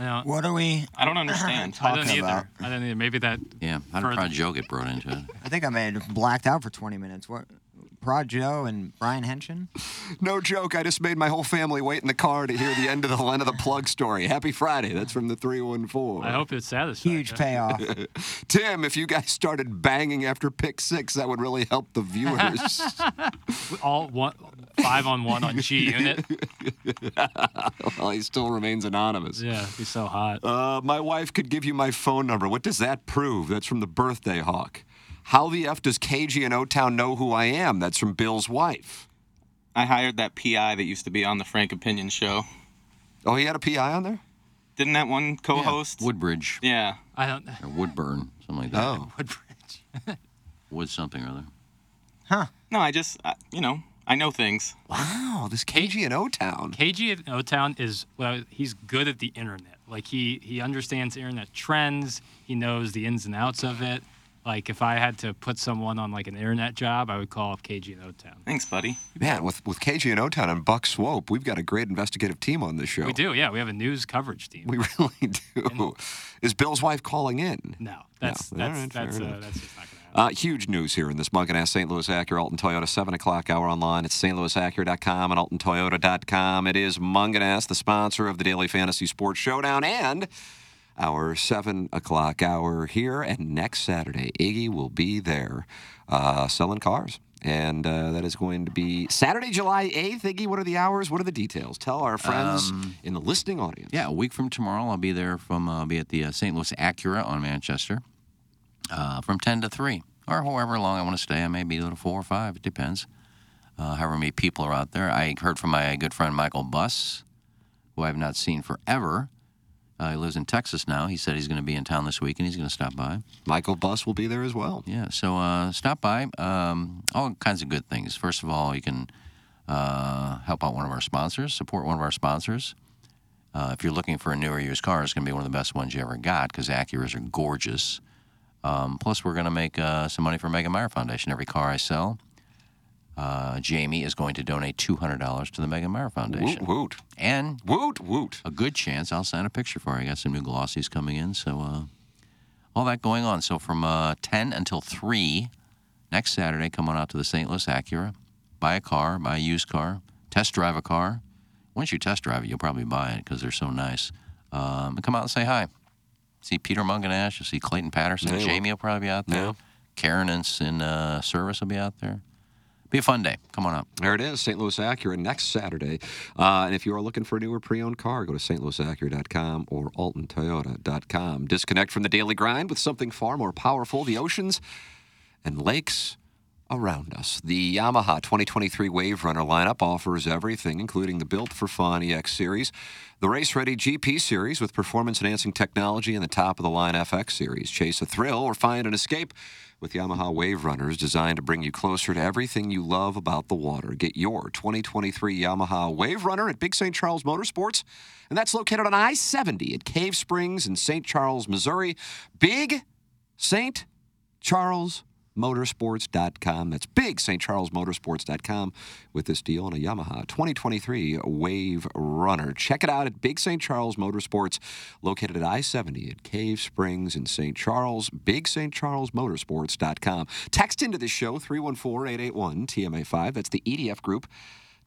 F: I don't,
D: What are we?
G: I don't understand.
F: I don't
D: talking
F: either.
D: about?
F: I don't either. Maybe that.
E: Yeah, how
F: Further.
E: did Prod Joe get brought into it?
D: I think I may have blacked out for 20 minutes. What? Prod Joe and Brian Henshin?
C: No joke. I just made my whole family wait in the car to hear the end of the Len of the Plug story. Happy Friday. That's from the 314.
F: I hope it's satisfying.
D: Huge payoff.
C: Tim, if you guys started banging after pick six, that would really help the viewers.
F: All one, five on one on G unit.
C: well, he still remains anonymous.
F: Yeah, it'd be so hot.
C: Uh, my wife could give you my phone number. What does that prove? That's from the birthday hawk. How the F does KG and O Town know who I am? That's from Bill's wife.
G: I hired that PI that used to be on the Frank Opinion show.
C: Oh, he had a PI on there?
G: Didn't that one co-host?
E: Woodbridge
G: Yeah.
F: I don't.
E: or Woodburn, something like that.
F: Oh.
C: Oh.
F: Woodbridge.
E: Wood something or other.
G: No, I just, I, you know, I know things.
C: Wow, this KG and O Town.
F: KG at O Town is well, he's good at the internet. Like he he understands internet trends. He knows the ins and outs of it. Like if I had to put someone on like an internet job, I would call up KG and O Town.
G: Thanks, buddy.
C: Man, with, with KG and O Town and Buck Swope, we've got a great investigative team on this show.
F: We do, yeah. We have a news coverage team.
C: We really do. Is Bill's wife calling in?
F: No, that's
C: All
F: that's
C: right, fair
F: that's, uh,
C: enough.
F: that's just not
C: Uh, huge news here in this Monk and Ass St. Louis Acura Alton Toyota 7 o'clock hour online at stlouisacura.com and altontoyota.com. It is Monk and Ass, the sponsor of the Daily Fantasy Sports Showdown and our 7 o'clock hour here. And next Saturday, Iggy will be there uh, selling cars. And uh, that is going to be Saturday, July 8th. Iggy, what are the hours? What are the details? Tell our friends
E: Um,
C: in the listening audience.
E: Yeah, a week from tomorrow, I'll be there from uh, be at the uh, St. Louis Acura on Manchester uh, from 10 to 3, or however long I want to stay. I may be there to 4 or 5, it depends. Uh, however many people are out there. I heard from my good friend Michael Buss, who I've not seen forever. Uh, he lives in Texas now. He said he's going to be in town this week and he's going to stop by.
C: Michael Buss will be there as well.
E: Yeah, so uh, stop by. Um, all kinds of good things. First of all, you can uh, help out one of our sponsors, support one of our sponsors. Uh, if you're looking for a newer used car, it's going to be one of the best ones you ever got because Acuras are gorgeous. Um, plus, we're going to make uh, some money for Megan Meyer Foundation. Every car I sell, uh, Jamie is going to donate $200 to the Megan Meyer Foundation.
C: Woot, woot.
E: And
C: woot, woot.
E: A good chance I'll sign a picture for her. I got some new glossies coming in, so uh, all that going on. So from uh, 10 until 3 next Saturday, come on out to the St. Louis Acura, buy a car, buy a used car, test drive a car. Once you test drive it, you'll probably buy it because they're so nice. Um, and come out and say hi. See Peter Munganash, you'll see Clayton Patterson,
C: Yeah, you will.
E: Jamie will probably be out there. Karen and in uh, service will be out there. Be a fun day. Come on up.
C: There it is, St. Louis Acura next Saturday. Uh, and if you are looking for a newer pre-owned car, go to stlouisacura.com or altontoyota.com. Disconnect from the daily grind with something far more powerful, the oceans and lakes around us. The Yamaha 2023 Wave Runner lineup offers everything, including the built for fun EX series, the race ready GP series with performance enhancing technology, and the top of the line FX series. Chase a thrill or find an escape with Yamaha Wave Runners designed to bring you closer to everything you love about the water. Get your 2023 Yamaha Wave Runner at Big St. Charles Motorsports, and that's located on I 70 at Cave Springs in St. Charles, Missouri. Big St. Charles motorsports.com that's big st charles motorsports.com with this deal on a yamaha 2023 wave runner check it out at big st charles motorsports located at i-70 at cave springs in st charles big st charles motorsports.com text into the show 314-881-tma5 that's the edf group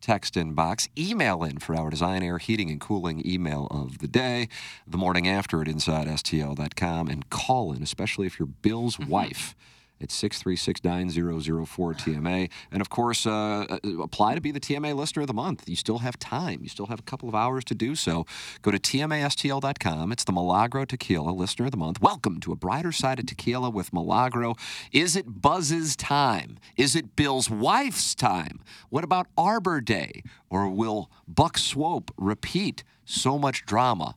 C: text inbox, email in for our design, air, heating, and cooling email of the day, the morning after at InsideSTL.com, and call in, especially if you're Bill's wife. At 636 9004 TMA. And of course, uh, uh, apply to be the TMA Listener of the Month. You still have time. You still have a couple of hours to do so. Go to TMASTL.com. It's the Milagro Tequila Listener of the Month. Welcome to a brighter side of tequila with Milagro. Is it Buzz's time? Is it Bill's wife's time? What about Arbor Day? Or will Buck Swope repeat so much drama?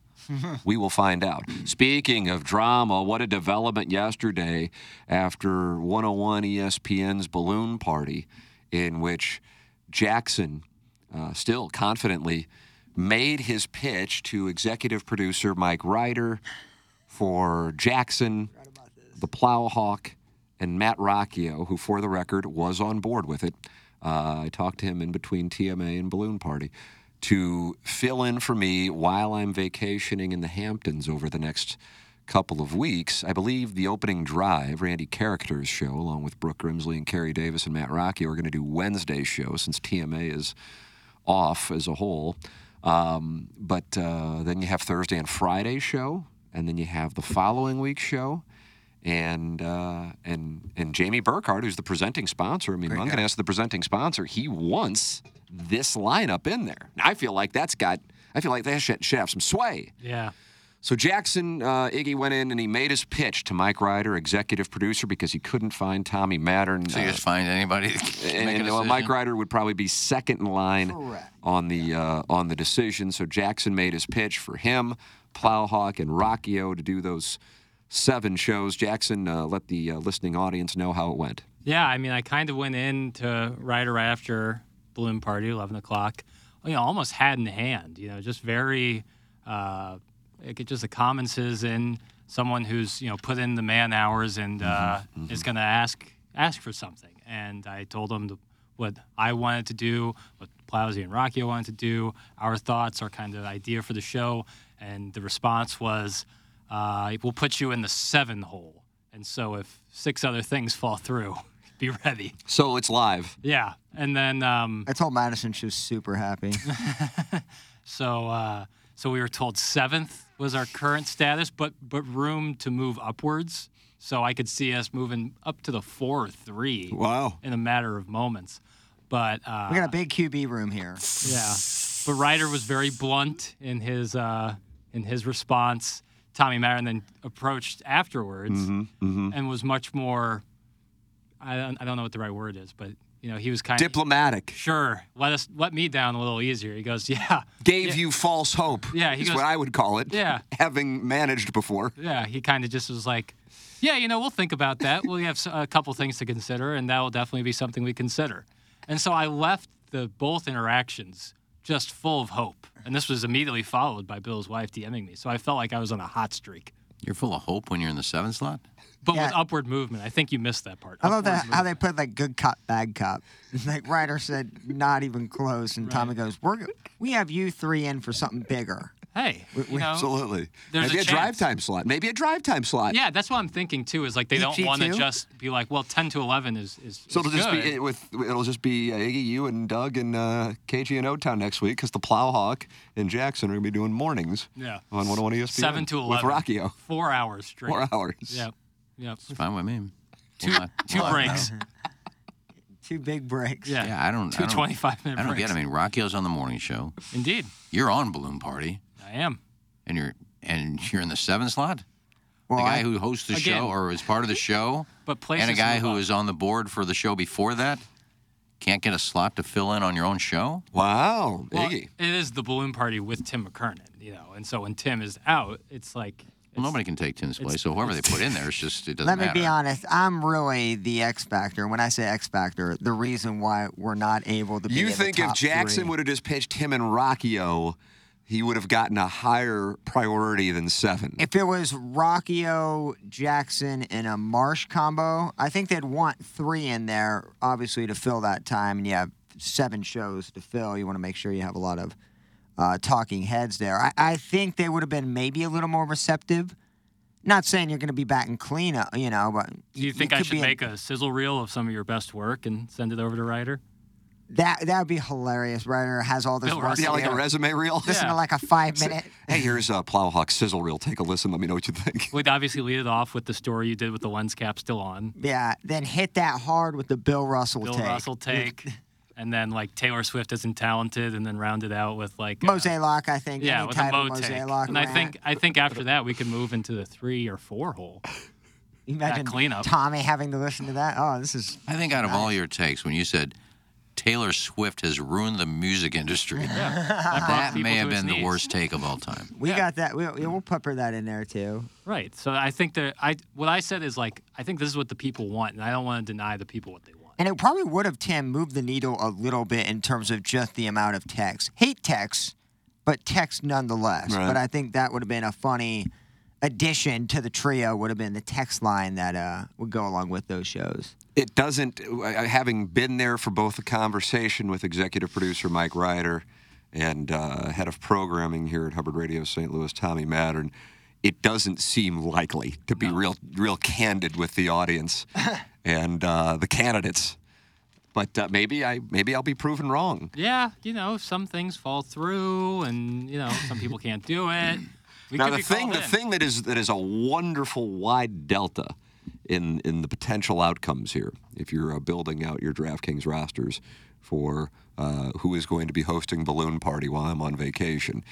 C: we will find out. Speaking of drama, what a development yesterday after 101 ESPN's balloon party, in which Jackson uh, still confidently made his pitch to executive producer Mike Ryder for Jackson, the Plowhawk, and Matt Rocchio, who, for the record, was on board with it. Uh, I talked to him in between TMA and Balloon Party to fill in for me while I'm vacationing in the Hamptons over the next couple of weeks. I believe the opening drive, Randy Character's show, along with Brooke Grimsley and Kerry Davis and Matt Rocky, are going to do Wednesday's show since TMA is off as a whole. Um, but uh, then you have Thursday and Friday show, and then you have the following week's show. And uh, and and Jamie Burkhardt, who's the presenting sponsor. I mean, I'm going to ask the presenting sponsor. He wants this lineup in there. And I feel like that's got. I feel like that should, should have some sway.
F: Yeah.
C: So Jackson uh, Iggy went in and he made his pitch to Mike Ryder, executive producer, because he couldn't find Tommy Mattern. uh,
E: So you just find anybody that can
C: and,
E: Uh, make a
C: and, well,
E: decision?
C: Mike Ryder would probably be second in line on the uh, on the decision. So Jackson made his pitch for him, Plowhawk, and Rockio to do those seven shows. Jackson uh, let the uh, listening audience know how it went.
F: Yeah, I mean, I kind of went in to right or after balloon party, eleven o'clock. You know, almost hat in hand. You know, just very, uh, like, just the comments in someone who's you know put in the man hours and uh, is going to ask ask for something. And I told him the, what I wanted to do, what Plowsy and Rocky wanted to do, our thoughts, our kind of idea for the show, and the response was, uh, "We'll put you in the seven hole." And so if six other things fall through, be ready.
C: So it's live.
F: Yeah, and then um,
D: I told Madison she was super happy.
F: So uh, so we were told seventh was our current status, but but room to move upwards. So I could see us moving up to the four or three.
D: Wow.
F: In a matter of moments, but uh,
D: we got a big QB room here.
F: yeah. But Ryder was very blunt in his uh, in his response. Tommy Madden then approached afterwards
C: Mhm, mhm.
F: and was much more. I don't, I don't know what the right word is, but you know he was kind of
C: Diplomatic.
F: Sure, let us let me down a little easier. He goes, yeah,
C: Gave you false hope.
F: Yeah, he
C: is
F: goes-
C: what I would call it.
F: Yeah.
C: Having managed before.
F: yeah. He kind of just was like, yeah, you know, we'll think about that. we have s- a couple things to consider, and that will definitely be something we consider. And so I left the both interactions just full of hope, and this was immediately followed by Bill's wife DMing me. So I felt like I was on a hot streak,
E: You're full of hope when you're in the seven slot.
F: but with upward movement. I think you missed that part.
D: I love
F: Upward
D: that how
F: movement.
D: they put like good cop, bad cop. Like Ryder said, not even close, and Tommy goes, "We're go- we have you three in for something bigger."
F: Hey,
D: We- we-
C: Absolutely.
F: There's
C: Maybe
F: a
C: a, drive
F: chance.
C: time slot. Maybe a drive time slot.
F: Yeah, that's what I'm thinking too. Is like they don't
C: EG2?
F: want to just be like, well, 10 to 11 is is.
C: So
F: is
C: it'll just
F: good.
C: be with it'll just be uh, Iggy, you and Doug and uh, KG and O Town next week because the Plowhawk and Jackson are gonna be doing mornings.
F: Yeah.
C: On 101 ESPN.
F: seven to eleven
C: with Rockio.
F: Four hours straight.
C: Four hours.
F: Yep. Yep.
E: It's fine with me.
F: Two- uh, two breaks.
D: Two big breaks.
F: Yeah.
E: Yeah, I don't.
F: Two
E: I don't-
F: 25 minute
E: I don't
F: breaks.
E: get. it. I mean, Rockio's on the morning show.
F: Indeed,
E: You're on Balloon Party,
F: I am.
E: and you're and you're in the seven slot.
D: Well,
E: the guy
D: I-
E: who hosts the
F: Again.
E: show or is part of the show,
F: But places
E: and a guy
F: move
E: who
F: up.
E: was on the board for the show before that, can't get a slot to fill in on your own show.
C: Wow,
F: Well,
C: Iggy.
F: it is the balloon party with Tim McKernan, you know, and so when Tim is out, it's like
E: Well, nobody can take Tim's place, so whoever they put in there, it's just it doesn't
D: Let me
E: matter.
D: be honest. I'm really the X factor. When I say X factor, the reason why we're not able to. be
C: You
D: in the
C: think if
D: top
C: Jackson
D: three.
C: would have just pitched him and Rockio, he would have gotten a higher priority than seven.
D: If it was Rockio, Jackson, and a Marsh combo, I think they'd want three in there, obviously, to fill that time. And you have seven shows to fill. You want to make sure you have a lot of uh, talking heads there. I, I think they would have been maybe a little more receptive. Not saying you're going to be back and clean, uh, you know, but
F: Do you think I
D: could
F: should
D: be
F: make a sizzle reel of some of your best work and send it over to Ryder?
D: that? That would be hilarious. Ryder has all this
F: Bill
D: work.
F: Russell.
C: yeah, like a
D: together.
C: resume reel.
D: Listen to like a five minute.
C: Hey, here's a Plowhawk sizzle reel. Take a listen. Let me know what you think.
F: We'd obviously lead it off with the story you did with the lens cap still on,
D: Yeah, then hit that hard with the Bill Russell
F: Bill
D: take.
F: Russell take, and then like Taylor Swift isn't talented, and then round it out with like uh,
D: Mosaic, I think.
F: Yeah,
D: any
F: with a
D: type
F: mo
D: of
F: take.
D: Mosaic.
F: And I think I think after that we can move into the three or four hole.
D: You imagine
F: cleanup.
D: Tommy having to listen to that. Oh, this is
E: I think out of all your takes, when you said Taylor Swift has ruined the music industry,
F: brought
E: that
F: people
E: may
F: to
E: have
F: its
E: been the
F: knees.
E: worst take of all time.
D: we got that. We, we'll pepper that in there too.
F: Right. So I think that I what I said is like I think this is what the people want, and I don't want to deny the people what they want.
D: And it probably would have Tim moved the needle a little bit in terms of just the amount of text. Hate text, but text nonetheless.
C: Right.
D: But I think that would have been a funny addition to the trio. Would have been the text line that uh, would go along with those shows.
C: It doesn't, I- having been there for both the conversation with executive producer Mike Ryder and uh, head of programming here at Hubbard Radio St. Louis, Tommy Mattern, it doesn't seem likely to be real, real candid with the audience and uh, the candidates. But uh, maybe I, maybe I'll be proven wrong.
F: Yeah, you know, some things fall through, and you know, some people can't do it. We
C: now
F: could
C: the
F: be
C: thing,
F: called
C: the
F: in.
C: thing that is that is a wonderful wide delta in in the potential outcomes here. If you're uh, building out your DraftKings rosters for uh, who is going to be hosting Balloon Party while I'm on vacation,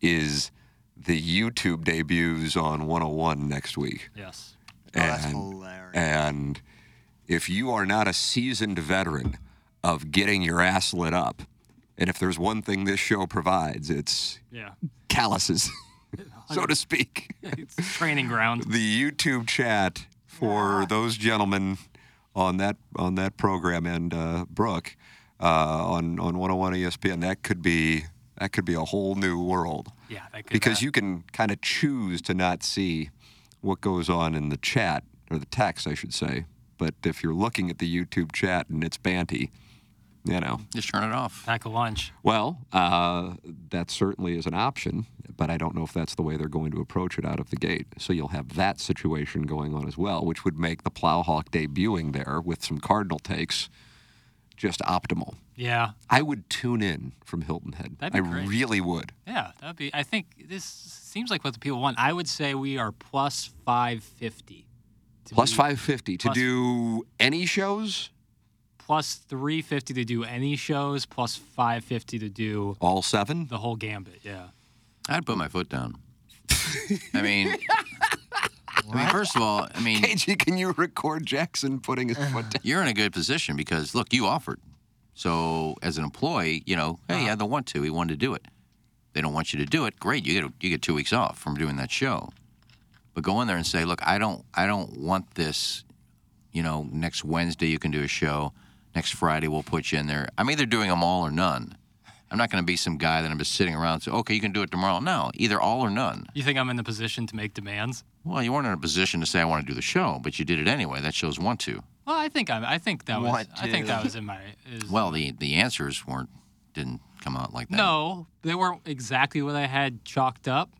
C: is the YouTube debuts on 101 next week.
F: Yes.
D: Oh, that's
C: And-
D: hilarious.
C: And if you are not a seasoned veteran of getting your ass lit up, and if there's one thing this show provides, it's
F: Yeah.
C: calluses, so to speak.
F: It's training ground.
C: The YouTube chat for those gentlemen on that on that program and uh, Brooke uh, on on 101 ESPN that could be that could be a whole new world
F: Yeah. That could,
C: because
F: uh,
C: you can kind of choose to not see what goes on in the chat or the text, I should say. But if you're looking at the YouTube chat and it's banty, you know.
E: Just turn it off.
F: Pack a lunch.
C: Well, uh, that certainly is an option, but I don't know if that's the way they're going to approach it out of the gate. So you'll have that situation going on as well, which would make the Plowhawk debuting there with some Cardinal takes just optimal.
F: Yeah.
C: I would tune in from Hilton Head.
F: That'd be
C: I
F: great.
C: really would.
F: Yeah, that'd be. I think this seems like what the people want. I would say we are plus five fifty,
C: Plus 550 to
F: plus-
C: do any shows,
F: plus three fifty to do any shows, plus five fifty to do
C: all seven.
F: the whole gambit. Yeah.
E: I'd put my foot down. I mean, I mean, first of all, I mean,
C: KG, can you record Jackson putting his foot down?
E: you're in a good position because look, you offered. So as an employee, you know, hey, I don't want to. He wanted to do it. They don't want you to do it. Great, you get you get two weeks off from doing that show. But go in there and say, look, I don't I don't want this. You know, next Wednesday you can do a show. Next Friday we'll put you in there. I'm either doing them all or none. I'm not going to be some guy that I'm just sitting around. So okay, you can do it tomorrow. No, either all or none.
F: You think I'm in the position to make demands?
E: Well, you weren't in a position to say I want to do the show, but you did it anyway. That shows want to.
F: Well, I think I'm. I think that was.
E: What,
F: I think that
E: dude?
F: was in my. Is,
E: Well, the the answers weren't didn't come out like that.
F: no, they weren't exactly what I had chalked up,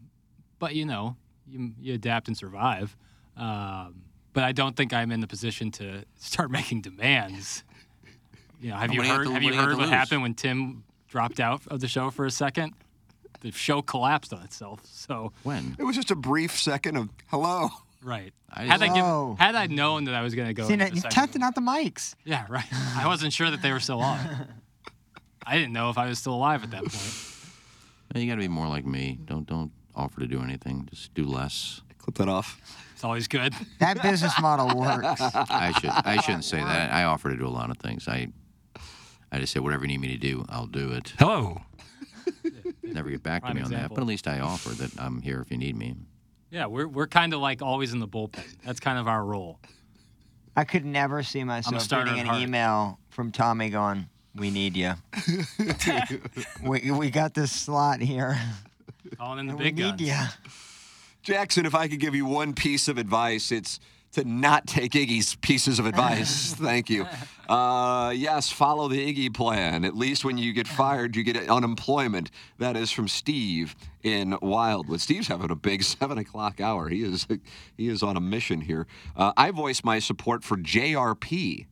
F: but you know, you you adapt and survive. Um, but I don't think I'm in the position to start making demands. You know, have you
E: What do you have
F: heard?
E: to- what
F: have you
E: do you have
F: heard
E: to
F: what
E: lose?
F: happened when Tim dropped out of the show for a second? The show collapsed on itself. So
E: when
C: It was just a brief second of hello.
F: right,
E: I
F: had I
E: just-
F: given, had I known that I was going to go,
D: Oh. See,
F: into
D: now,
F: the
D: you're
F: second-
D: testing out the mics.
F: Yeah, right. I wasn't sure that they were still on. I didn't know if I was still alive at that point.
E: you got to be more like me. Don't don't offer to do anything. Just do less.
C: Clip that off.
F: It's always good.
D: That business model works.
E: I should I shouldn't say that. I offer to do a lot of things. I I just say whatever you need me to do, I'll do it.
I: Hello.
E: Never get back to
F: Prime
E: me on that,
F: example.
E: but at least I offer that I'm here if you need me.
F: Yeah, we're we're kind of like always in the bullpen. That's kind of our role.
D: I could never see myself
F: starter
D: getting
F: at
D: an
F: heart.
D: email from Tommy going, "We need you. we we got this slot here.
F: Calling in the
D: we
F: big
D: need
F: guns.
D: you."
C: Jackson, if I could give you one piece of advice, it's to not take Iggy's pieces of advice. Thank you. Uh, yes, follow the Iggy plan. At least when you get fired, you get unemployment. That is from Steve in Wildwood. Steve's having a big seven o'clock hour. He is he is on a mission here. Uh, I voice my support for JRP.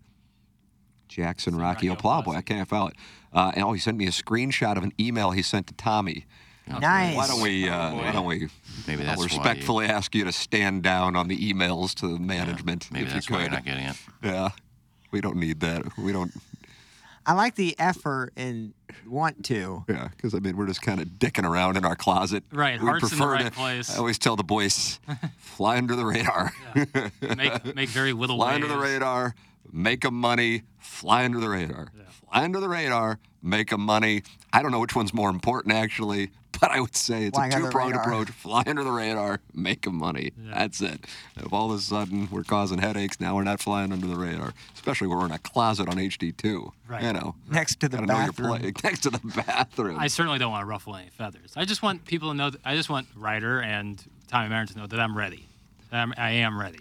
C: Jackson Rocky Oplawboy. I can't follow it. Uh, and oh, he sent me a screenshot of an email he sent to Tommy.
D: Nice.
C: Why don't we? Uh, why don't we?
E: Maybe
C: I'll
E: that's why you-
C: respectfully ask you to stand down on the emails to the management
E: Maybe
C: if
E: that's
C: you
E: why
C: could.
E: you're not getting it.
C: yeah, we don't need that. We don't.
D: I like the effort and want to.
C: Yeah, because I mean, we're just kind of dicking around in our closet.
F: Right,
C: We'd
F: heart's in the
C: prefer
F: right
C: to-
F: place.
C: I always tell the boys, fly under the radar,
F: Make make very little
C: fly
F: waves.
C: under the radar, make 'em money, fly under the radar, fly under the radar, make 'em money. I don't know which one's more important actually, but I would say it's
D: Fly
C: a
D: under the
C: two-pronged
D: radar.
C: approach. Fly under the radar, make 'em money. That's it. If all of a sudden we're causing headaches, now we're not flying under the radar, especially when we're in a closet on HD2.
F: Right.
C: You know.
D: Next to the
C: Gotta know your
D: bathroom.
C: play- next to the bathroom.
F: I certainly don't want to ruffle any feathers. I just want people to know. That, I just want Ryder and Tommy Marin to know that I'm ready. That I'm, I am ready.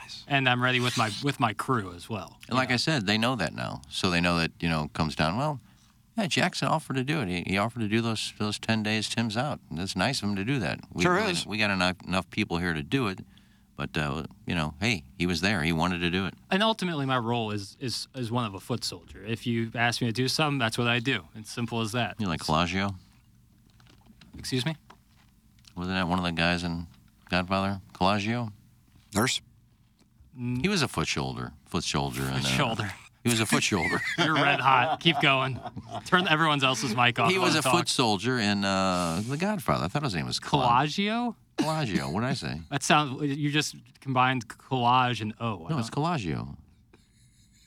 F: Nice. And I'm ready with my with my crew as well.
E: And like I said, they know that now. So they know that, you know, comes down, well, yeah, Jackson offered to do it. He, he offered to do those those 10 days Tim's out. And it's nice of him to do that. We,
C: Sure
E: really-
C: is.
E: We got enough, enough people here to do it. But, uh, you know, hey, he was there. He wanted to do it.
F: And ultimately, my role is is is one of a foot soldier. If you ask me to do something, that's what I do. It's simple as that.
E: You know, like Collagio?
F: Excuse me.
E: Wasn't that one of the guys in Godfather? Collagio?
C: Nurse.
E: He was a foot shoulder. Foot soldier. and, uh,
F: Shoulder.
E: He was a foot shoulder.
F: You're red hot. Keep going. Turn everyone else's mic off.
E: he
F: I
E: was
F: wanna
E: a
F: talk.
E: foot soldier in uh, The Godfather. I thought his name was Colla-
F: Collagio?
E: Collagio. What did I say?
F: That sounds. You just combined collage and O. I
E: No,
F: don't-
E: it's Collagio.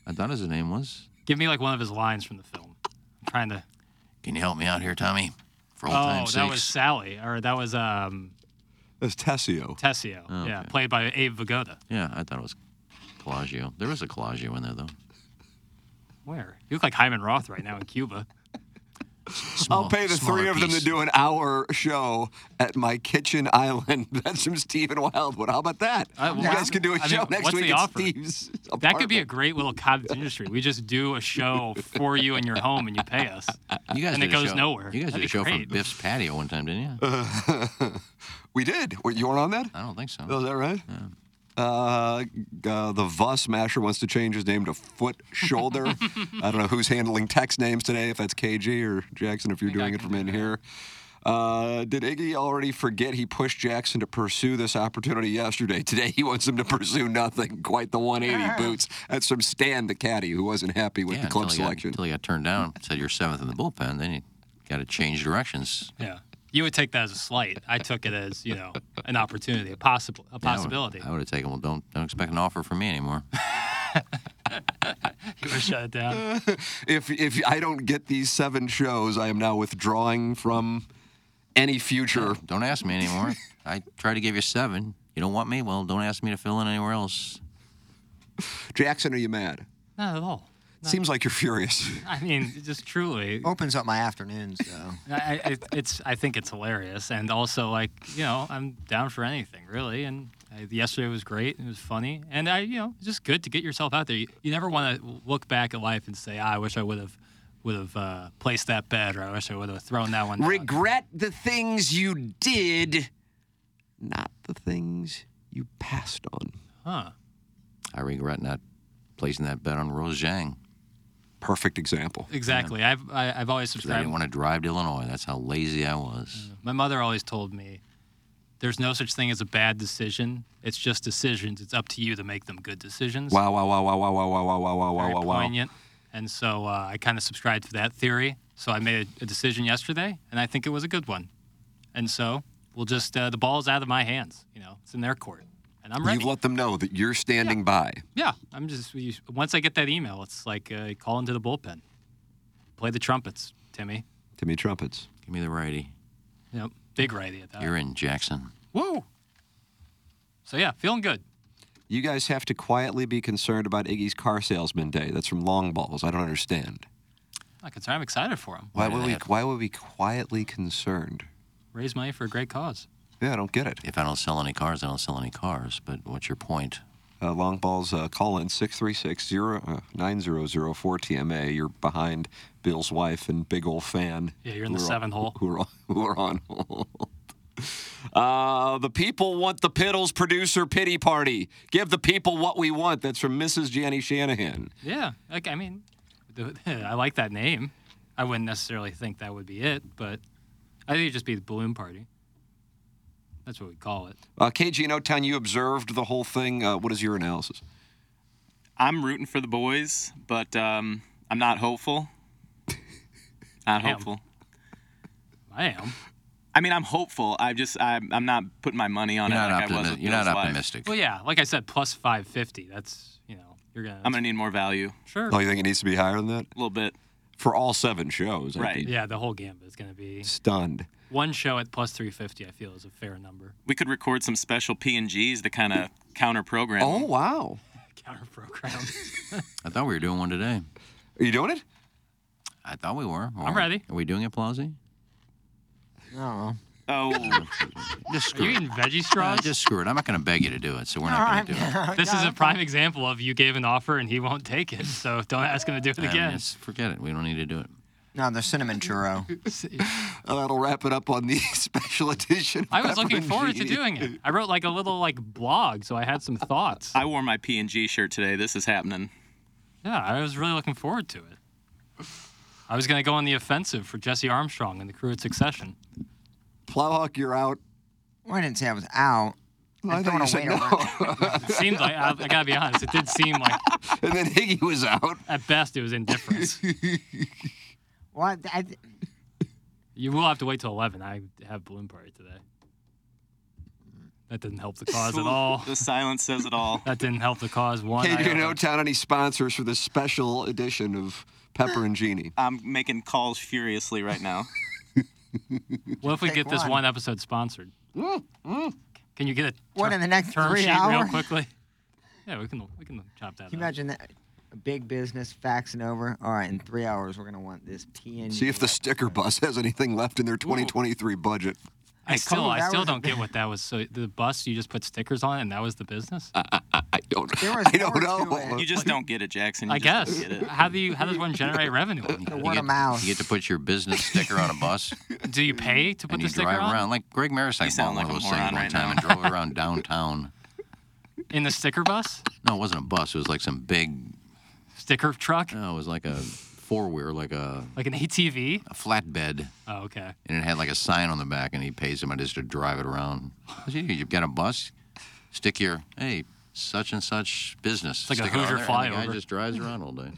E: I thought his name was.
F: Give me like one of his lines from the film. I'm trying to.
E: Can you help me out here, Tommy? For old
F: Oh,
E: time's
F: that
E: sake.
F: was Sally, or that was um,
C: That's Tessio.
F: Tessio.
E: Oh,
F: Yeah, played by Abe Vigoda.
E: Yeah, I thought it was Collagio. There was a Collagio in there though.
F: Where? You look like Hyman Roth right now in Cuba.
C: I'll pay the three of them to do an hour show at my kitchen island. That's from Stephen Wildwood. How about that?
F: Uh,
C: you
F: well,
C: guys can do a
F: I mean,
C: show next
F: what's
C: week
F: the
C: at
F: offer?
C: Steve's.
F: That could be a great little cottage industry. We just do a show for you in your home, and you pay us.
E: You guys
F: and it
E: did a
F: goes
E: show-
F: nowhere.
E: You guys did
F: That'd be
E: a show
F: great.
E: from Biff's patio one time, didn't you?
C: Uh-huh. we did. Were- You weren't on that? I
E: don't think so.
C: Oh, Is that right? Uh, uh, the Vus Masher wants to change his name to Foot Shoulder. I don't know who's handling text names today, if that's KG or Jackson, if you're doing it from in here. Uh, did Iggy already forget he pushed Jackson to pursue this opportunity yesterday? Today he wants him to pursue nothing. Quite the 180 boots. That's from Stan the caddy, who wasn't happy with
E: Yeah,
C: the club
E: until he got-
C: selection.
E: until he got turned down, said you're seventh in the bullpen, then you got to change directions.
F: Yeah. You would take that as a slight. I took it as, you know, an opportunity, a possible a
E: Yeah, I would've-
F: possibility.
E: I would have taken. Well, don't don't expect an offer from me anymore.
F: You would shut it down.
C: if if I don't get these seven shows, I am now withdrawing from any future.
E: Don't ask me anymore. I tried to give you seven. You don't want me? Well, don't ask me to fill in anywhere else.
C: Jackson, are you mad?
F: Not at all.
C: Seems like you're furious.
F: I mean, it just truly
D: opens up my afternoons
F: I,
D: though.
F: I- it, it's I think it's hilarious, and also like you know I'm down for anything really. And I, yesterday was great, and it was funny, and I you know it's just good to get yourself out there. You, you never want to look back at life and say ah, I wish I would have would have uh, placed that bet, or I wish I would have thrown that one. down."
C: Regret the things you did, not the things you passed on.
F: Huh?
E: I regret not placing that bet on Rose Zhang.
C: Perfect example.
F: Exactly. I've I, I've always
E: I
F: subscribed.
E: didn't want to drive to Illinois. That's how lazy I was.
F: My mother always told me, "There's no such thing as a bad decision. It's just decisions. It's up to you to make them good decisions."
C: Wow, wow, wow, wow, wow, wow, wow, wow, wow, wow,
F: very
C: wow, wow.
F: poignant. And so uh, I kind of subscribed to that theory. So I made a, a decision yesterday, and I think it was a good one. And so we'll just uh, the ball's out of my hands. You know, it's in their court, and I'm ready.
C: You've let them know that you're standing by.
F: yeah, I'm just you- once I get that email, it's like uh, call into the bullpen, play the trumpets, Timmy.
C: Timmy Trumpets.
E: Give me the righty.
F: Yep, big righty at that.
E: You're in, Jackson.
F: Whoa. So yeah, feeling good.
C: You guys have to quietly be concerned about Iggy's car salesman day. That's from Long Balls. I don't understand.
F: Not concerned. I'm excited for him.
C: Why would we? Why would we quietly concerned?
F: raise money for a great cause?
C: Yeah, I don't get it.
E: If I don't sell any cars, I don't sell any cars. But what's your point?
C: Uh, long balls, uh, call in 636 tma You're behind Bill's wife and big old fan.
F: Yeah, you're in the
C: who are on-
F: seven hole.
C: Who are, on- who are on hold. Uh, the people want the Piddles producer pity party. Give the people what we want. That's from Mrs. Janny Shanahan.
F: Yeah, like I mean, the- I like that name. I wouldn't necessarily think that would be it, but I think it'd just be the balloon party. That's what we call it.
C: Uh, KG in Town, you observed the whole thing. Uh, what is your analysis?
G: I'm rooting for the boys, but um, I'm not hopeful. Not
F: I am.
G: hopeful.
F: I am.
G: I mean, I'm hopeful. I just I'm, I'm not putting my money on
E: You're
G: it
E: not
G: like I was
E: optimi-
G: with
E: you're not
G: Bill's wife.
E: optimistic.
F: Well, yeah, like I said, plus five fifty. That's you know, you're gonna.
G: I'm gonna need more value.
F: Sure.
C: Oh, you think it needs to be higher than that? A
G: little bit.
C: For all seven shows. I'd be
F: Yeah, the whole gambit is gonna be
C: Stunned.
F: one show at plus three fifty. I feel is a fair number.
G: We could record some special P and Gs to kind of counter program.
C: Oh, wow.
F: Counter program.
E: I thought we were doing one today.
C: Are you doing it?
E: I thought we were.
F: I'm ready.
E: Are we doing it, Plowsy?
D: No.
G: Oh.
E: Just
F: Are
E: screw
F: you
E: it.
F: eating veggie straws?
E: Uh, just screw it. I'm not going to beg you to do it, so we're not going to do it.
F: This is a prime example of you gave an offer and he won't take it. So don't ask him to do it
E: I mean,
F: again.
E: it's- forget it. We don't need to do it.
D: No, the cinnamon churro.
C: Uh, that'll wrap it up on the special edition. of
F: I was looking
C: Peppermint
F: forward to
C: Genie.
F: doing it. I wrote like a little like blog, so I had some thoughts.
G: I wore my P and G shirt today. This is happening.
F: Yeah, I was really looking forward to it. I was gonna go on the offensive for Jesse Armstrong and the crew at Succession.
C: Plowhawk, you're out.
D: Well, I didn't say I was out.
C: I thought
D: I'm throwing
C: you
D: a
C: said
D: waiter around.
F: It seemed like I, I gotta be honest, it did seem like
C: and then Higgy was out.
F: at best it was indifference.
D: Well, I, I,
F: You will have to wait till eleven. I have balloon party today. That didn't help the cause at all.
G: The silence says it all.
F: That didn't help the cause one.
C: Hey, you
F: iota.
C: know, town any sponsors for this special edition of Pepper and Genie?
G: I'm making calls furiously right now.
F: What if we
D: Take
F: get this
D: one. Mm,
F: one episode sponsored? Can you get a
D: What,
F: ter-
D: in the next
F: term
D: three
F: sheet real
D: hours?
F: quickly? Yeah, we can we can chop that.
D: Can
F: up.
D: you imagine that? Big business faxing over. All right, in three hours we're gonna want this TNG.
C: See if the sticker bus has anything left in their 2023 budget.
F: I still, I still don't get what that was. So the bus, you just put stickers on, it and that was the business.
C: I don't.
D: There was
C: I don't know.
G: You just don't get it, Jackson. You
F: I
G: just
F: guess.
G: don't get it.
F: How do you? How does one generate revenue?
D: Word of mouth.
E: You get to put your business sticker on a bus
F: Do you pay to put
E: and
F: the
E: you
F: sticker
E: drive
F: on?
E: around. Like Greg Maris, I
G: You sound
E: bought one of
G: like a
E: those things
G: moron
E: one
G: right
E: time and
G: now.
E: drove around downtown.
F: In the sticker bus,
E: No, it wasn't a bus. It was like some big.
F: sticker truck,
E: No, it was like a four wheeler, like a,
F: like an ATV.
E: a flatbed,
F: Oh, okay.
E: and it had like a sign on the back, and he pays somebody just to drive it around. I said, "You- You've got a bus. Stick your hey such and such business.
F: like a
E: stick it on
F: Hoosier
E: there," and the
F: flyover.
E: guy just drives around all day,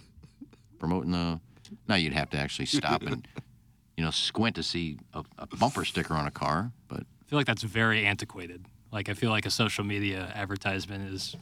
E: promoting the. Now you'd have to actually stop and. You know, squint to see a, a bumper sticker on a car, but
F: I feel like that's very antiquated. Like I feel like a social media advertisement is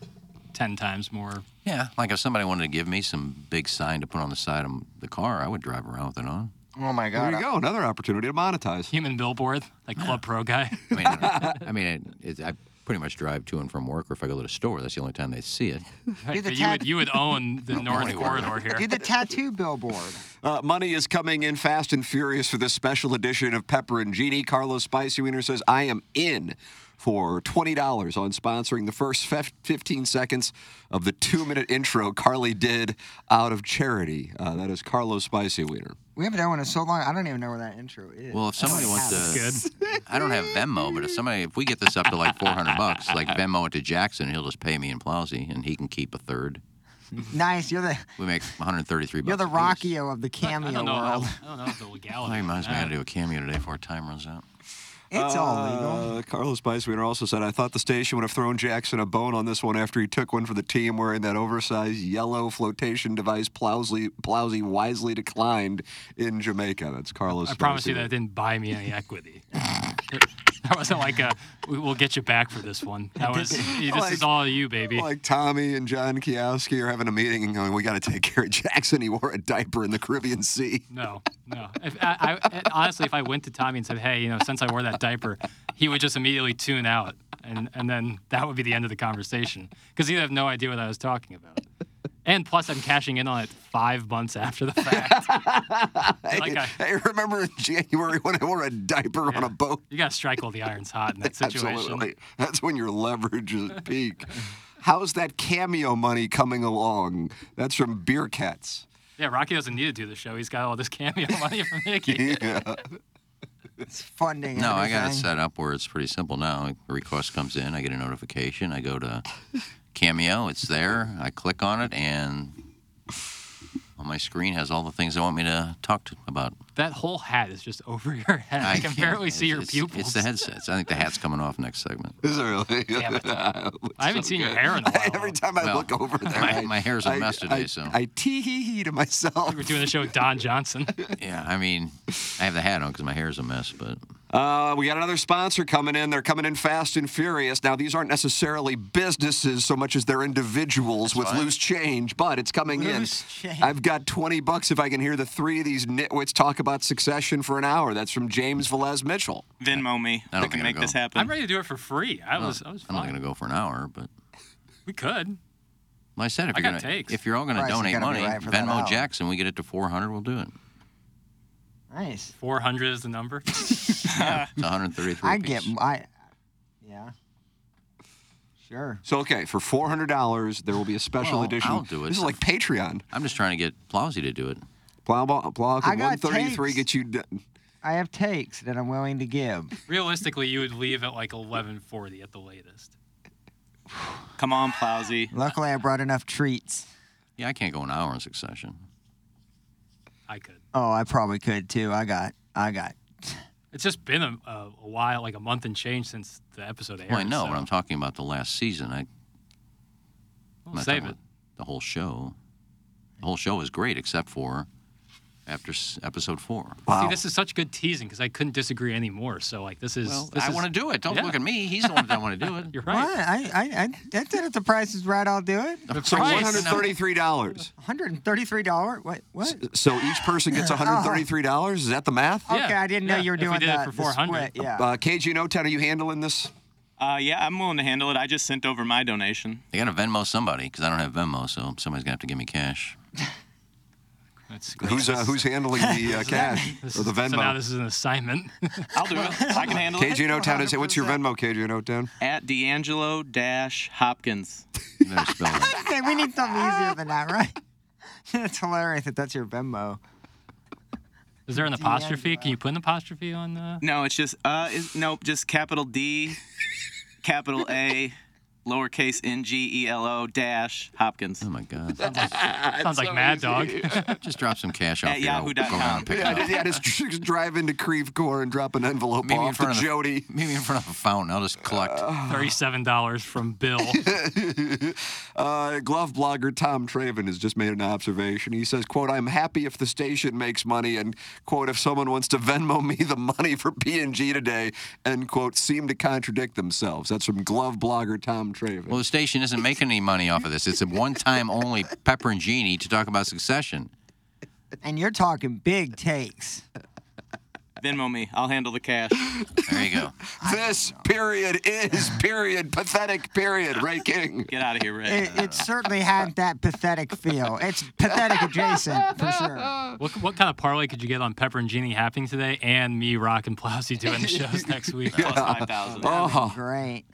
F: ten times more.
E: Yeah, like if somebody wanted to give me some big sign to put on the side of the car, I would drive around with it on.
D: Oh my
C: There
D: god.
C: you go. Another opportunity to monetize.
F: Human billboard, like Club Pro guy.
E: I mean, I, I mean, it, it, I pretty much drive to and from work, or if I go to the store, that's the only time they see it.
D: Do the
F: But you would
D: tat-
F: you would own the North Corridor
D: Do
F: here.
D: the tattoo billboard.
C: Uh, money is coming in fast and furious for this special edition of Pepper and Genie. Carlos Spicy Wiener says, I am in for $20 on sponsoring the first fef- 15 seconds of the two minute intro Carly did out of charity. Uh, that is Carlos Spicy Wiener.
D: We haven't done one in so long. I don't even know where that intro is.
E: Well, if somebody wants
F: Good.
E: to, I don't have Venmo, but if somebody, if we get this up to like 400 bucks, like Venmo it to Jackson, he'll just pay me in Plowsy, and he can keep a third.
D: nice. You're the
E: We make 133 bucks.
D: you're the
E: apiece.
D: Rockio of the cameo
F: I don't know.
D: world.
F: I don't know if the
E: Well, he
F: legality.
E: reminds me I got to do a cameo today before time runs out.
D: It's all legal.
C: Uh, Carlos Spice Wiener also said, I thought the station would have thrown Jackson a bone on this one after he took one for the team wearing that oversized yellow flotation device Plowsy, Plowsy wisely declined in Jamaica. That's Carlos
F: I promise
C: Spicy
F: you
C: Wiener.
F: that didn't buy me any equity. that wasn't like a we- we'll get you back for this one. That was this
C: Like-
F: is all you, baby.
C: Like Tommy and John Kioski are having a meeting and going, "We got to take care of Jackson. He wore a diaper in the Caribbean Sea."
F: No, no. If, I, I, and honestly, if I went to Tommy and said, "Hey, you know, since I wore that diaper," he would just immediately tune out, and and then that would be the end of the conversation because he'd have no idea what I was talking about. And plus, I'm cashing in on it five months after the fact. like I,
C: I remember in January when I wore a diaper on a boat.
F: you gotta strike while the iron's hot in that situation.
C: Absolutely, that's when your leverage is at peak. How's that cameo money coming along? That's from Beer Cats.
F: Yeah, Rocky doesn't need to do the show. He's got all this cameo money from Mickey.
C: Yeah.
D: It's funding.
E: No, I got it
D: everything.
E: set up where it's pretty simple now. A request comes in, I get a notification, I go to Cameo, it's there, I click on it, and on my screen has all the things they want me to talk to about.
F: That whole hat is just over your head. I, can
E: can't-
F: barely
E: it's-
F: see your
E: it's,
F: pupils.
E: It's the headsets. I think the hat's coming off next segment.
C: Is it really?
F: Damn it.
C: It looks
F: I haven't
C: so
F: seen your
C: good.
F: hair in a while.
C: Every time I
E: Well,
C: look over there,
E: my-
C: I-
E: my hair's a
C: I-
E: mess today,
C: I-
E: so.
C: I tee hee hee to myself.
F: We We're doing the show with Don Johnson.
E: Yeah, I mean, I have the hat on because my hair's a mess, but
C: Uh, we got another sponsor coming in. They're coming in fast and furious. Now, these aren't necessarily businesses so much as they're individuals with loose change, but it's coming
D: Loose
C: in.
D: change.
C: I've got 20 bucks if I can hear the three of these nitwits talk about succession for an hour. That's from James Velez Mitchell.
G: Venmo me.
E: I
G: I,
E: don't think
G: can
E: it'll
G: make this
E: go.
G: happen.
F: I'm ready to do it for free. I was, I was
E: I'm not
F: fine.
E: going to go for an hour. But
F: We could.
E: like I said, if
F: I
E: you're
F: got
E: gonna,
F: takes.
E: if you're all going to
D: Price is
E: donate
D: gotta be
E: money,
D: right for that
E: Venmo
D: hour.
E: Jackson, we get it to 400, we'll do it.
D: Nice.
F: 400 is the number.
E: It's 133.
D: I get.
E: apiece.
D: I. Yeah. Sure.
C: So, okay, for $400, there will be a special
E: Well,
C: edition.
E: I'll do it
C: This is
E: for-
C: like Patreon.
E: I'm just trying to get Plowsy to do it.
C: Plow, ball- plow,
D: I got
C: 133
D: takes.
C: gets you. done.
D: I have takes that I'm willing to give.
F: Realistically, you would leave at like 11:40 at the latest.
G: Come on, Plowsy.
D: Luckily, I brought enough treats.
E: Yeah, I can't go an hour in succession.
F: I could.
D: Oh, I probably could too. I got. I got.
F: It's just been a, a, a while, like a month and change since the episode aired.
E: Well, I know,
F: so
E: but I'm talking about the last season. I, I'm
F: we'll
E: not
F: save
E: talking
F: it.
E: about The whole show. The whole show is great, except for after s- episode four.
F: See, this is such good teasing because I couldn't disagree anymore. So like, this is.
E: Well,
F: this
E: I
F: is-
E: want to do it. Don't
F: yeah.
E: look at me. He's the one that want to do it.
F: You're
D: What?
F: right.
D: I. I. I. I did if the price is right. I'll do it.
C: So,
F: price.
C: $133.
D: One hundred and thirty-three dollar. What? What?
C: So each person gets $133? Is that the math?
F: Yeah,
D: Okay, I didn't know
F: yeah,
D: you were
F: if we
D: doing
F: did it
D: that.
F: for 400.
D: Yeah.
C: Uh, KG Notown, are you handling this?
G: Uh, yeah, I'm willing to handle it. I just sent over my donation.
E: They got to Venmo somebody because I don't have Venmo, so somebody's gonna have to give me cash.
C: Who's uh, who's handling the uh, cash
F: This
C: or the
F: is- So now
C: Venmo?
F: this is an assignment.
G: I'll do it. I can handle it.
C: KG No Town is it? What's your Venmo, KG No Town?
G: At D'Angelo dash Hopkins.
D: Okay, we need something easier than that, right? It's hilarious that that's your Venmo.
F: Is there an apostrophe? Can you put an apostrophe on the?
G: No, it's just uh, is, nope, just capital D, capital A, lowercase N G E L O dash Hopkins. Oh
E: my God.
G: Sounds
F: like, sounds like so Mad easy.
E: just drop some cash off
G: At
E: here. I'll
G: yahoo dot
E: go down and pick it
C: Yeah,
E: up.
C: just, yeah, just, just drive into Creve Core and drop an envelope
E: Maybe in
C: off to
E: front of the-
C: Jody.
E: Maybe in front of a fountain. I'll just collect.
F: Uh. Thirty-seven dollars from Bill.
C: uh, glove blogger Tom Traven has just made an observation. He says, "quote I'm happy if the station makes money, and quote if someone wants to Venmo me the money for P and G today." End quote. Seem to contradict themselves. That's from glove blogger Tom Traven.
E: Well, the station isn't making any money off of this. It's a one-time only pepperoncini to talk about Succession.
D: And you're talking big takes.
G: Venmo me. I'll handle the cash.
E: There you go.
C: this period is period pathetic period. Ray King.
G: Get out of here, Ray.
D: It, it certainly had that pathetic feel. It's pathetic adjacent for sure.
F: What, what kind of parlay could you get on Pepper and Genie happening today, and me, Rock and Plowsy doing the shows next week?
C: Yeah. Oh.
D: Great.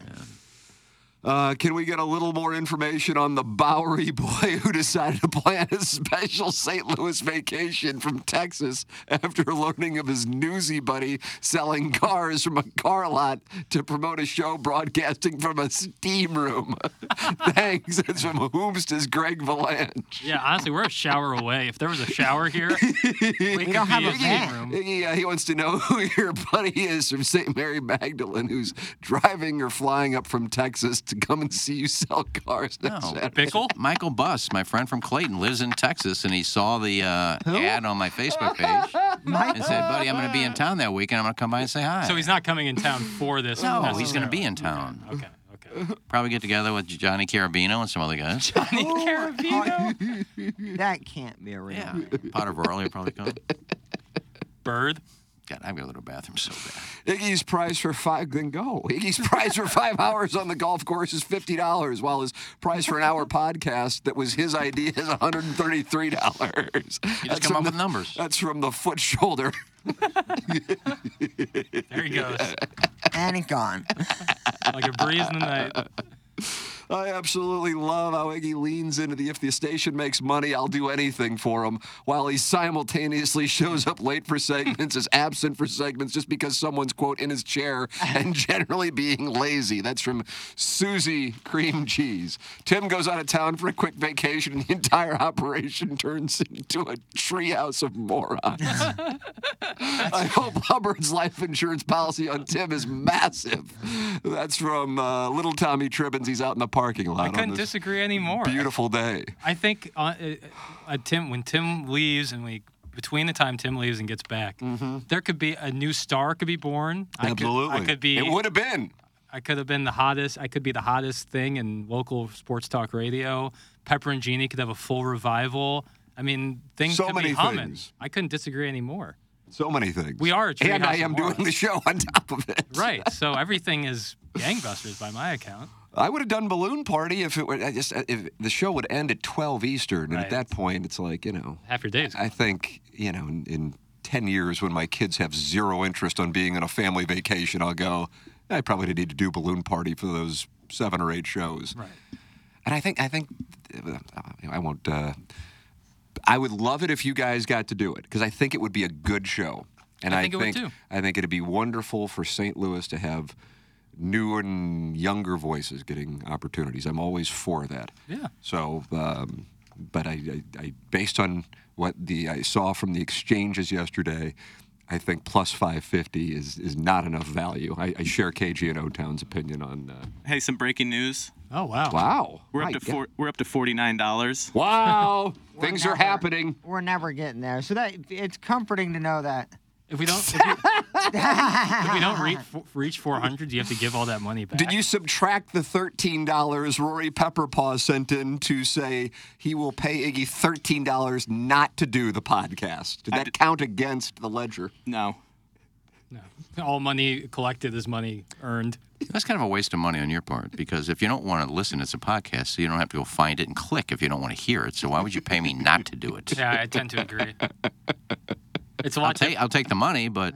C: Uh, can we get a little more information on the Bowery boy who decided to plan a special St. Louis vacation from Texas after learning of his newsy buddy selling cars from a car lot to promote a show broadcasting from a steam room? Thanks. It's from Hoomsta's Greg Valanche.
F: Yeah, honestly, we're a shower away. If there was a shower here, we, could
D: don't
F: be
D: have a
F: in the
D: van.
F: room.
C: He, uh, he wants to know who your buddy is from St. Mary Magdalene who's driving or flying up from Texas to come and see you sell cars next
E: No.
C: Saturday.
F: Bickle?
E: Michael Buss, my friend from Clayton, lives in Texas, and he saw the uh, ad on my Facebook page and said, "Buddy, I'm going to be in town that weekend. I'm going to come by and say hi."
F: So he's not coming in town for this.
E: no,
F: necessarily.
E: he's going to be in town.
F: Okay, okay.
E: Probably get together with Johnny Carabino and some other guys.
D: Carabino. that can't be a real.
E: Yeah, Potter Varley will probably come.
F: Bird.
E: God, I've got to go to the bathroom so bad.
C: Iggy's prize for five then go. Iggy's prize for five hours on the golf course is fifty dollars, while his prize for an hour podcast that was his idea is one hundred and thirty-three dollars.
E: You just come up with numbers.
C: That's from the foot shoulder.
F: There he goes,
D: And it gone.
F: like a breeze in the night.
C: I absolutely love how Iggy leans into the if the station makes money, I'll do anything for him, while he simultaneously shows up late for segments, is absent for segments just because someone's, quote, in his chair and generally being lazy. That's from Susie Cream Cheese. Tim goes out of town for a quick vacation, and the entire operation turns into a treehouse of morons. I hope Hubbard's life insurance policy on Tim is massive. That's from uh, little Tommy Tribbins. He's out in the parking lot
F: I
C: on
F: couldn't
C: this
F: disagree anymore.
C: beautiful day.
F: I think uh, uh, uh, Tim when Tim leaves and we between the time Tim leaves and gets back,
C: Mm-hmm.
F: there could be a new star could be born. I could, I could be.
C: It would have been.
F: I could have been the hottest. I could be the hottest thing in local sports talk radio. Pepper and Genie could have a full revival. I mean, things
C: So
F: could
C: many
F: be humming.
C: things.
F: I couldn't disagree anymore.
C: So many things.
F: We are a
C: And I
F: treehouse of
C: am doing
F: morons.
C: the show on top of it.
F: Right. so everything is gangbusters by my account.
C: I would have done balloon party if it were. I just if the show would end at twelve Eastern, and at
F: Right.
C: that point, it's like you know.
F: Half your days.
C: I think you know in, in ten years when my kids have zero interest on being on a family vacation, I'll go. I probably need to do balloon party for those seven or eight shows.
F: Right.
C: And I think I think uh, I won't. Uh, I would love it if you guys got to do it because I think it would be a good show. And
F: I
C: I
F: think
C: think
F: it would too.
C: I think it'd be wonderful for St. Louis to have newer and younger voices getting opportunities. I'm always for that.
F: Yeah.
C: So, um, but I, I, I, based on what the I saw from the exchanges yesterday, I think plus 550 is is not enough value. I, I share KG and O Town's opinion on. Uh,
G: Hey, some breaking news.
F: Oh wow.
C: wow.
G: We're
C: My
G: up to
C: God.
G: four, we're up to forty nine dollars.
C: Wow.
D: We're
C: Things are
D: never-
C: happening.
D: We're never getting there. So that it's comforting to know that.
F: If we don't, if we, if we don't reach, reach 400, you have to give all that money back.
C: Did you subtract the thirteen dollars Rory Pepperpaw sent in to say he will pay Iggy thirteen dollars not to do the podcast? Did that count against the ledger?
G: No.
F: All money collected is money earned.
E: That's kind of a waste of money on your part because if you don't want to listen, it's a podcast, so you don't have to go find it and click if you don't want to hear it. So why would you pay me not to do it?
F: Yeah, I tend to agree. It's a
E: I'll,
F: lot.
E: take, I'll take the money, but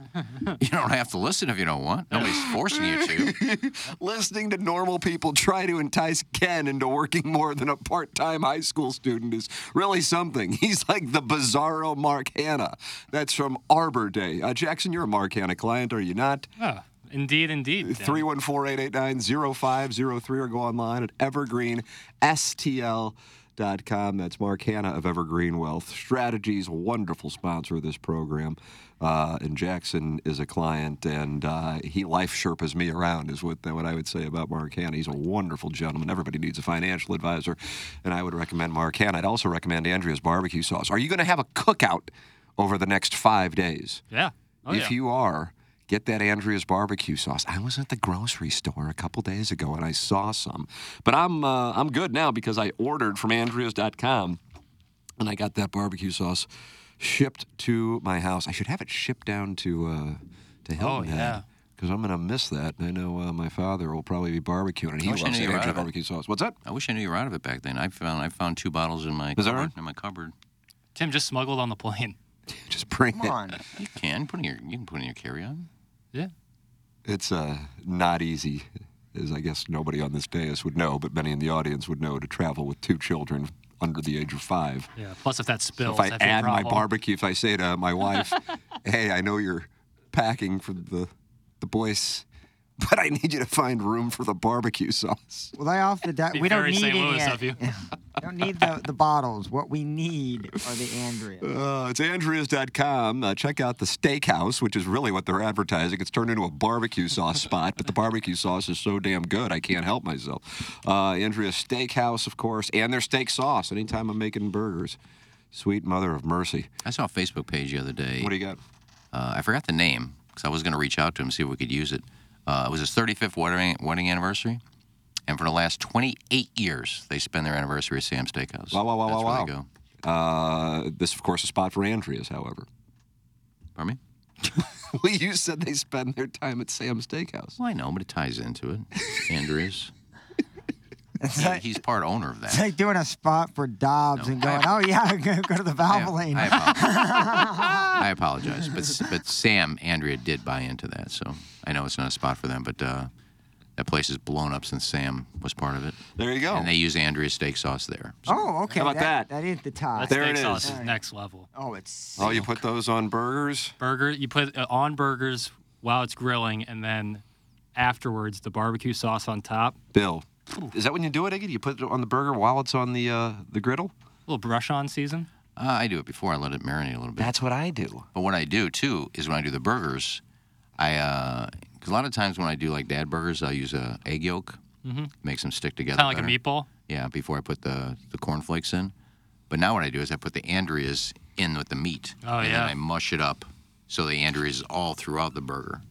E: you don't have to listen if you don't want. Nobody's forcing you to.
C: Listening to normal people try to entice Ken into working more than a part time high school student is really something. He's like the bizarro Mark Hanna. That's from Arbor Day. Uh, Jackson, you're a Mark Hanna client, are you not?
F: Ah, indeed, indeed. Dan.
C: 314-889-0503 or go online at evergreenstl.com. That's Mark Hanna of Evergreen Wealth Strategies, wonderful sponsor of this program. Uh, and Jackson is a client, and uh, he life sherpas me around, is what, what I would say about Mark Hanna. He's a wonderful gentleman. Everybody needs a financial advisor, and I would recommend Mark Hanna. I'd also recommend Andrea's barbecue sauce. Are you going to have a cookout over the next five days?
F: Yeah. Oh,
C: if
F: yeah.
C: you are, get that Andrea's barbecue sauce. I was at the grocery store a couple days ago and I saw some, but I'm uh, I'm good now because I ordered from Andrea's.com and I got that barbecue sauce shipped to my house. I should have it shipped down to uh,
E: Oh,
C: to Hilton
F: yeah.
C: because I'm gonna miss that. And I know uh, my father will probably be barbecuing and he
E: I wish I
C: loves
E: knew you were out
C: Andrea's
E: of it.
C: barbecue sauce. What's that?
E: I wish I knew you were out of it back then. I found I found two bottles in my
C: Is that
E: cupboard,
C: right?
E: in my cupboard.
F: Tim just smuggled on the plane.
C: Just bring it.
E: You can put in your you can put in your carry on.
C: It's uh, not easy, as I guess nobody on this dais would know, but many in the audience would know, to travel with two children under the age of five.
F: Yeah. Plus, if that spills,
C: if I
F: that'd be a
C: add my
F: problem.
C: barbecue, if I say to my wife, "Hey, I know you're packing for the the boys, but I need you to find room for the barbecue sauce."
D: Well, lay off the. Di-
F: Be
D: we don't
F: very
D: need
F: St.
D: any
F: Louis
D: an-
F: of you.
D: don't need the, the bottles. What we need are the Andrea.
C: Uh, it's andrews.com. Uh, check out the steakhouse, which is really what they're advertising. It's turned into a barbecue sauce spot, but the barbecue sauce is so damn good, I can't help myself. Uh, Andrea's Steakhouse, of course, and their steak sauce. Anytime I'm making burgers, sweet mother of mercy.
E: I saw a Facebook page the other day.
C: What do you got?
E: uh, I forgot the name because I was going to reach out to him see if we could use it. Uh, it was his 35th wedding, wedding anniversary, and for the last 28 years, they spend their anniversary at Sam's Steakhouse.
C: Wow, wow, wow,
E: That's
C: wow, wow.
E: where They go.
C: Uh, this, of course, a spot for Andrea's, however.
E: Pardon me?
C: Well, you said they spend their time at Sam's Steakhouse.
E: Well, I know, but it ties into it. Andrews.
D: It's
E: He-
D: like,
E: He's part owner of
D: it's
E: that.
D: like doing a spot for Dobbs and going, oh yeah, I'm gonna go to the
E: I,
D: Valvoline.
E: I apologize. I apologize, but s- but Sam Andrea did buy into that, so I know it's not a spot for them, but uh, that place is blown up since Sam was part of it,
C: There you go.
E: and they use Andrea's steak sauce there. So
D: oh, okay.
C: How about that?
D: That is the top.
F: That
C: There
F: steak
C: it
F: sauce
C: is.
F: is next level.
D: Oh, it's.
C: oh, you put those on burgers?
F: burger. You put it on burgers while it's grilling, and then afterwards the barbecue sauce on top.
C: Bill. Is that when you do it, Iggy? You put it on the burger while it's on the uh, the griddle?
F: A little brush on season.
E: uh, I do it before I let it marinate a little bit.
C: what I do.
E: But what I do too is when I do the burgers, I because a lot of times when I do like dad burgers, I'll use a egg yolk, mm-hmm. makes them stick together.
F: Kind of like a
E: better.
F: meatball.
E: Yeah, before I put the the cornflakes in. But now what I do is I put the Andreas in with the meat.
F: Oh,
E: and
F: yeah.
E: Then I mush it up so the Andreas is all throughout the burger,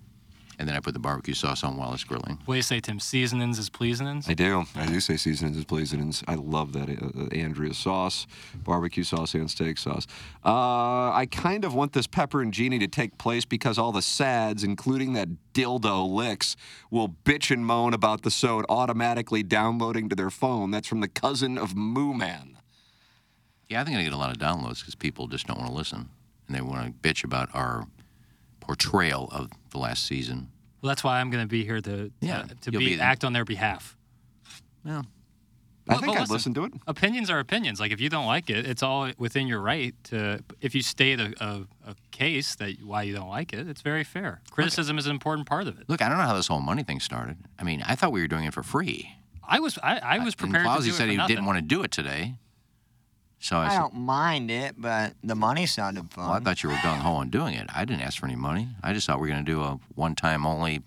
E: and then I put the barbecue sauce on while it's grilling.
F: What do you say, Tim? Seasonings is pleasonings.
C: I do. I do say seasonings is blazonings. I love that uh, uh, Andrea sauce, barbecue sauce, and steak sauce. Uh, I kind of want this pepper and genie to take place because all the sads, including that dildo licks, will bitch and moan about the sode automatically downloading to their phone. That's from the cousin of Moo Man.
E: Yeah, I think I get a lot of downloads because people just don't want to listen and they want to bitch about our portrayal of the last season.
F: Well, that's why I'm going to be here to
E: Yeah,
F: uh, to
E: you'll
F: be,
E: be there.
F: act on their behalf.
E: Yeah.
C: I
F: Well,
C: think
F: but
C: I'd listen to it.
F: Opinions are opinions. Like if you don't like it, it's all within your right to. If you state a, a, a case that why you don't like it, it's very fair. Criticism is an important part of it.
E: Look, I don't know how this whole money thing started. I mean, I thought we were doing it for free.
F: I was I, I was prepared.
E: Uh, And Plowsy
F: to do it
E: said
F: for
E: he
F: nothing.
E: didn't want to do it today. So I,
D: I
E: said,
D: don't mind it, but the money sounded fun.
E: well, I thought you were gung ho on doing it. I didn't ask for any money. I just thought we were going to do a one time only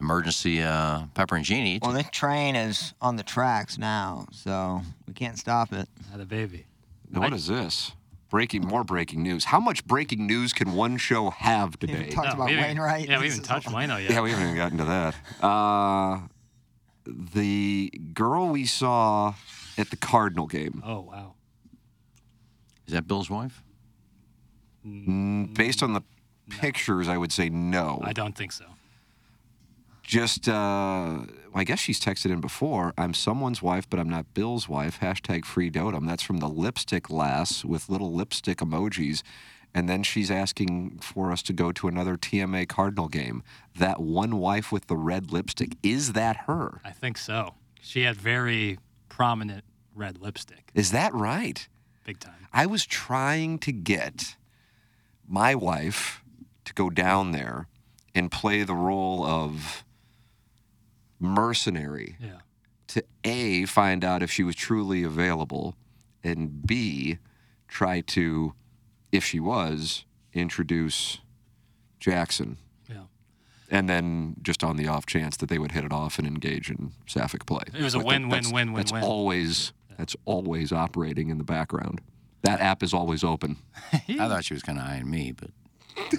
E: emergency uh, pepperoncini.
D: Well, this train is on the tracks now, so we can't stop it.
F: Ah, the baby.
C: Now, what is this? Breaking, more breaking news. How much breaking news can one show have
D: We
C: today?
D: haven't talked
F: No,
D: about
F: we haven't-
D: Wainwright.
F: Yeah, we
D: This
F: haven't
D: is
F: touched
D: all-
F: Wayno yet.
C: Yeah, we haven't even gotten to that. Uh, the girl we saw at the Cardinal game,
F: Oh wow.
E: Is that Bill's wife?
C: based on the pictures, I would say no.
F: Mm. I don't think so.
C: Just, uh, well, I guess she's texted in before. I'm someone's wife, but I'm not Bill's wife. Hashtag free dotem. That's from the lipstick lass with little lipstick emojis. And then she's asking for us to go to another TMA Cardinal game. That one wife with the red lipstick, is that her?
F: I think so. She had very prominent red lipstick,
C: Is that right?
F: big time.
C: I was trying to get my wife to go down there and play the role of mercenary
F: Yeah.
C: to A, find out if she was truly available, and B, try to, if she was, introduce Jackson.
F: Yeah.
C: And then just on the off chance that they would hit it off and engage in sapphic play.
F: It was a
C: But that-
F: win, win,
C: that's-
F: win, win,
C: That's
F: win.
C: always that's always operating in the background. That app is always open.
E: I thought she was kind of eyeing me, but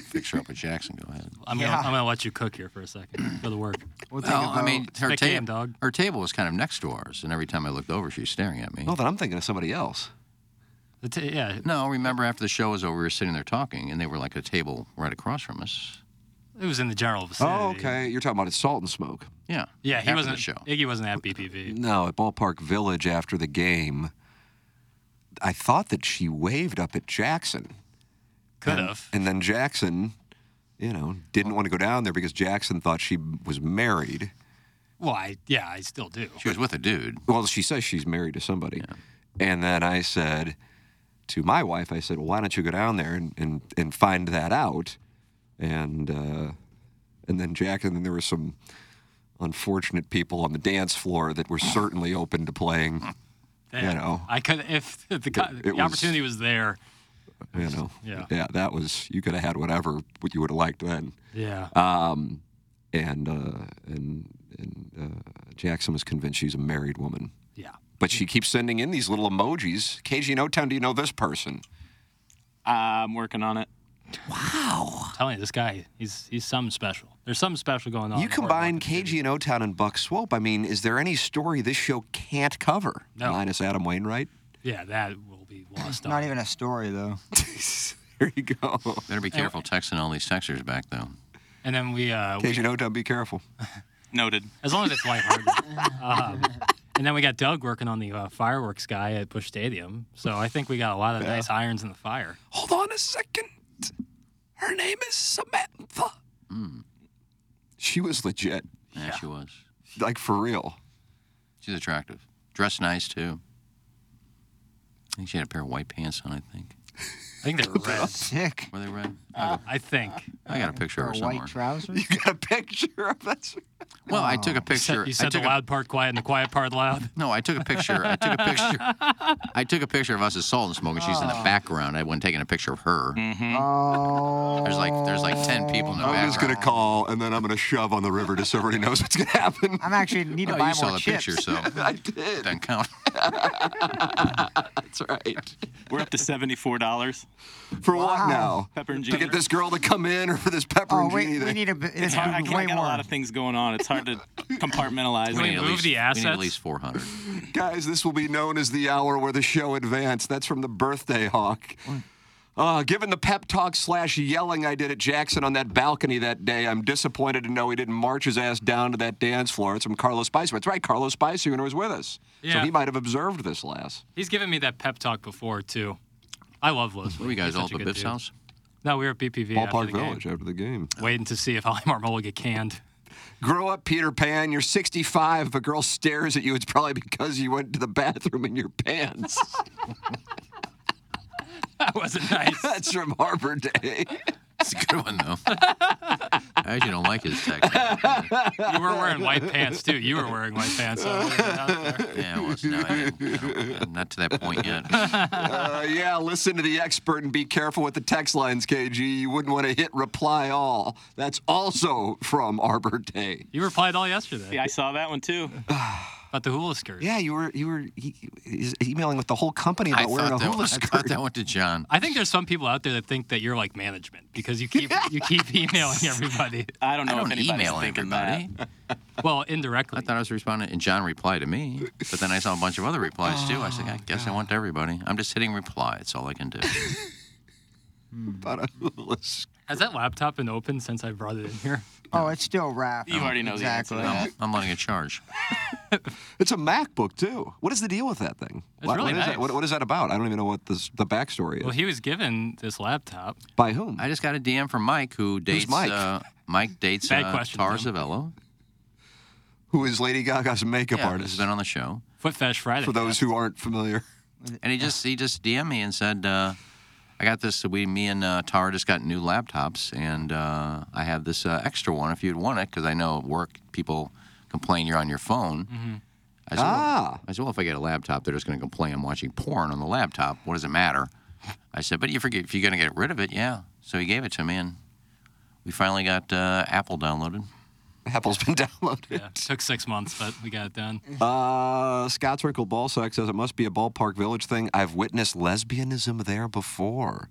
E: fix her up with Jackson. Go ahead.
F: I'm gonna I'm gonna let you cook here for a second. Go to work.
C: We'll
E: Well, Oh, I mean, her,
F: Thick
E: tab-
F: ham, dog.
E: her table was kind of next to ours, and every time I looked over, she was staring at me.
F: Oh.
C: No, then I'm thinking of somebody else.
F: The ta- yeah,
E: No, remember after the show was over, we were sitting there talking, and they were like a table right across from us.
F: it was in the general vicinity.
C: Oh, okay. You're talking about at Salt and Smoke.
E: Yeah.
F: Yeah, he
E: after
F: wasn't.
E: The show.
F: Iggy wasn't at BPV.
C: No, at Ballpark Village after the game. I thought that she waved up at Jackson.
F: Could have.
C: And then Jackson, you know, didn't want to go down there because Jackson thought she was married.
F: Well, I yeah, I still do.
E: She was with a dude.
C: Well, she says she's married to somebody. And then I said to my wife, I said, well, why don't you go down there and, and, and find that out? And uh, and then Jack, and then there were some unfortunate people on the dance floor that were certainly open to playing.
F: Damn.
C: know.
F: I could if the, co-
C: It- it
F: the
C: was-
F: opportunity was there.
C: You know,
F: Yeah.
C: that was you could have had whatever you would have liked then.
F: Yeah.
C: Um, and uh, and and uh, Jackson was convinced she's a married woman,
F: yeah.
C: but she keeps sending in these little emojis. KG in O Town, do you know this person?
G: I'm working on it.
F: I'm telling you, this guy, he's he's something special. There's something special going on.
C: you
F: in Fort
C: combine
F: Worth.
C: KG in O Town and Buck Swope. I mean, is there any story this show can't cover?
F: No.
C: Minus Adam Wainwright.
F: Yeah, that will be lost. on
D: Not even a story though.
C: There you go.
E: Better be careful texting all these texters back, though.
F: And then we, uh, we-
C: KG in O Town, be careful.
G: Noted.
F: as long as it's lighthearted. um, and then we got Doug working on the uh, fireworks guy at Bush Stadium. So I think we got a lot of nice irons in the fire.
C: Hold on a second. Her name is Samantha. She was legit,
E: Yeah, she was.
C: like for real.
E: She's attractive. Dressed nice, too. I think she had a pair of white pants on, I think.
F: I think they were red.
D: Sick.
E: Were they red?
F: I think.
E: I
F: Uh,
E: got a picture of
D: Or
E: her
D: white
E: somewhere.
D: trousers.
C: You got a picture of that?
E: well, I took a picture. I
F: You said the
E: took a
F: loud part quiet and the quiet part loud.
E: No, I took a picture. I took a picture. I took a picture of us as Salt and Smoke, and she's in the
F: Ah.
E: background. I wasn't taking a picture of her.
F: Mm-hmm.
D: Oh.
E: Hmm. There's like there's like ten
F: Oh.
E: people in the
C: I'm
E: background.
C: just gonna call and then I'm gonna shove on the river just so everybody knows what's gonna happen.
D: I'm actually need to
E: Oh,
D: buy
E: you saw
D: more
E: the
D: chips.
E: picture, so
C: I did.
E: doesn't count.
C: That's right.
G: We're up to seventy-four dollars.
C: For what now?
G: Pepper and
C: To get
G: ginger.
C: this girl to come in or for this pepper
D: Oh
C: and
D: wait,
C: genie
D: we
C: thing?
D: need a. bit- It's
G: I, I
D: hard,
G: got
D: way
G: I got a
D: more.
G: lot of things going on. It's hard to compartmentalize.
F: We
G: it.
F: move
E: least,
F: the
E: We need
F: assets?
E: at least four hundred.
C: Guys, this will be known as the hour where the show advanced. That's from the birthday hawk. Uh, given the pep talk slash yelling I did at Jackson on that balcony that day, I'm disappointed to know he didn't march his ass down to that dance floor. It's from Carlos Spicer. That's right, Carlos Spicer was with us. So
F: Yeah.
C: he might have observed this last.
F: He's given me that pep talk before, too. I love Leslie.
E: What are you guys
F: He's
E: all at
F: such
E: the
F: a good
E: Biff's
F: dude.
E: house?
F: No, we were at BPV. after
C: Ballpark
F: the game,
C: Village after the game.
F: Waiting to see if Holly Marmola get canned.
C: Grow up, Peter Pan. You're 65. If a girl stares at you, it's probably because you went to the bathroom in your pants.
F: That wasn't nice.
C: That's from Arbor Day.
E: It's a good one though. I actually don't like his text.
F: you were wearing white pants, too. You were wearing white pants. So it wasn't out there.
E: Yeah, well, it's- no, I didn't- I don't- I'm not to that point yet.
C: Uh, yeah, listen to the expert and be careful with the text lines, KG. You wouldn't want to hit reply all. That's also from Arbor Day.
F: You replied all yesterday
G: Yeah, I saw that one too.
F: about the hula skirt.
C: Yeah, you were you were e- e- emailing with the whole company
E: I
C: about wearing a
E: thought, that,
C: hula
E: I thought
C: skirt.
E: that went to John.
F: I think there's some people out there that think that you're like management because you keep you keep emailing everybody.
G: I don't know
E: I don't
G: if anybody's
E: email
G: thinking
E: everybody.
G: that.
F: Well, indirectly.
E: I thought I was responding, and John replied to me. But then I saw a bunch of
G: Oh,
E: other replies too. I said, I guess I went to everybody. I'm just hitting reply. It's all I can do.
C: about a homeless.
F: Has that laptop been open since I brought it in here?
D: Oh, it's still wrapped. exactly.
E: I'm letting it charge.
C: It's a MacBook too. What is the deal with that thing?
F: It's
C: What- what
F: really
C: is
F: nice.
C: that? What, what is that about? I don't even know what this, the backstory is.
F: Well, he was given this laptop.
C: By whom?
E: I just got a DM from Mike who dates
C: Mike?
E: Uh, Mike dates
F: Bad
E: uh,
F: question,
E: Tar
F: Tim.
E: Zavello.
C: Who is Lady Gaga's makeup
E: yeah,
C: artist?
E: Who's been on the show.
F: Foot Fetish Friday.
C: For those who aren't familiar,
E: And he just he just DM'd me and said, uh, "I got this. We me and uh, Tar just got new laptops, and uh, I have this uh, extra one if you'd want it because I know at work people complain you're on your phone." I said,
C: Ah.
E: well, I said, well, if I get a laptop, they're just going to complain I'm watching porn on the laptop. What does it matter? I said, but you forget if you're going to get rid of it, yeah. So he gave it to me, and we finally got uh, Apple downloaded.
C: Apple's been downloaded.
F: Yeah, took six months, but we got it done.
C: Uh, Scott's Wrinkle Ballsack says it must be a ballpark village thing. I've witnessed lesbianism there before.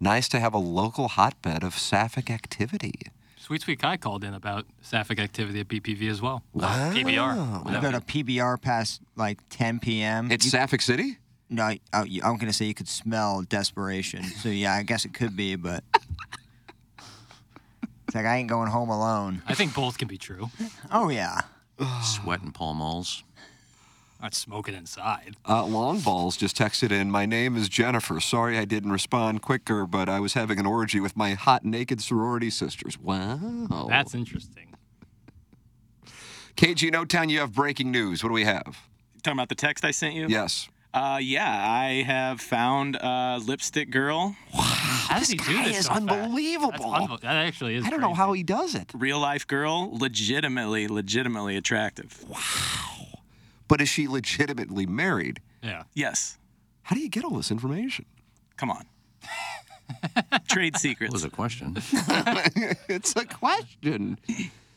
C: Nice to have a local hotbed of sapphic activity.
F: Sweet Sweet Kai called in about sapphic activity at BPV as well. Wow. PBR.
D: You go to PBR past like 10 p.m.
C: It's
D: you-
C: Sapphic City?
D: no, I, I- I'm gonna say you could smell desperation. So yeah, I guess it could be, but it's like I ain't going home alone.
F: I think both can be true.
D: Oh yeah.
E: Sweat and Pall Malls.
F: Not smoking inside.
C: Uh, Long Balls just texted in, My name is Jennifer. Sorry I didn't respond quicker, but I was having an orgy with my hot naked sorority sisters.
G: Oh.
C: Wow.
F: That's interesting.
C: KG No Town, you have breaking news. What do we have?
G: Talking about the text I sent you?
C: Yes.
G: Uh, yeah, I have found uh, Lipstick Girl.
F: How does he do
C: guy
F: this?
C: is
F: so fast? That's
C: unbelievable.
F: unbe- that actually is.
C: I don't know
F: crazy.
C: how he does it.
G: Real life girl, legitimately, legitimately attractive.
C: But is she legitimately married?
F: Yeah.
G: Yes.
C: How do you get all this information?
G: Come on. Trade
E: That
G: secrets.
E: was a question.
C: it's a question.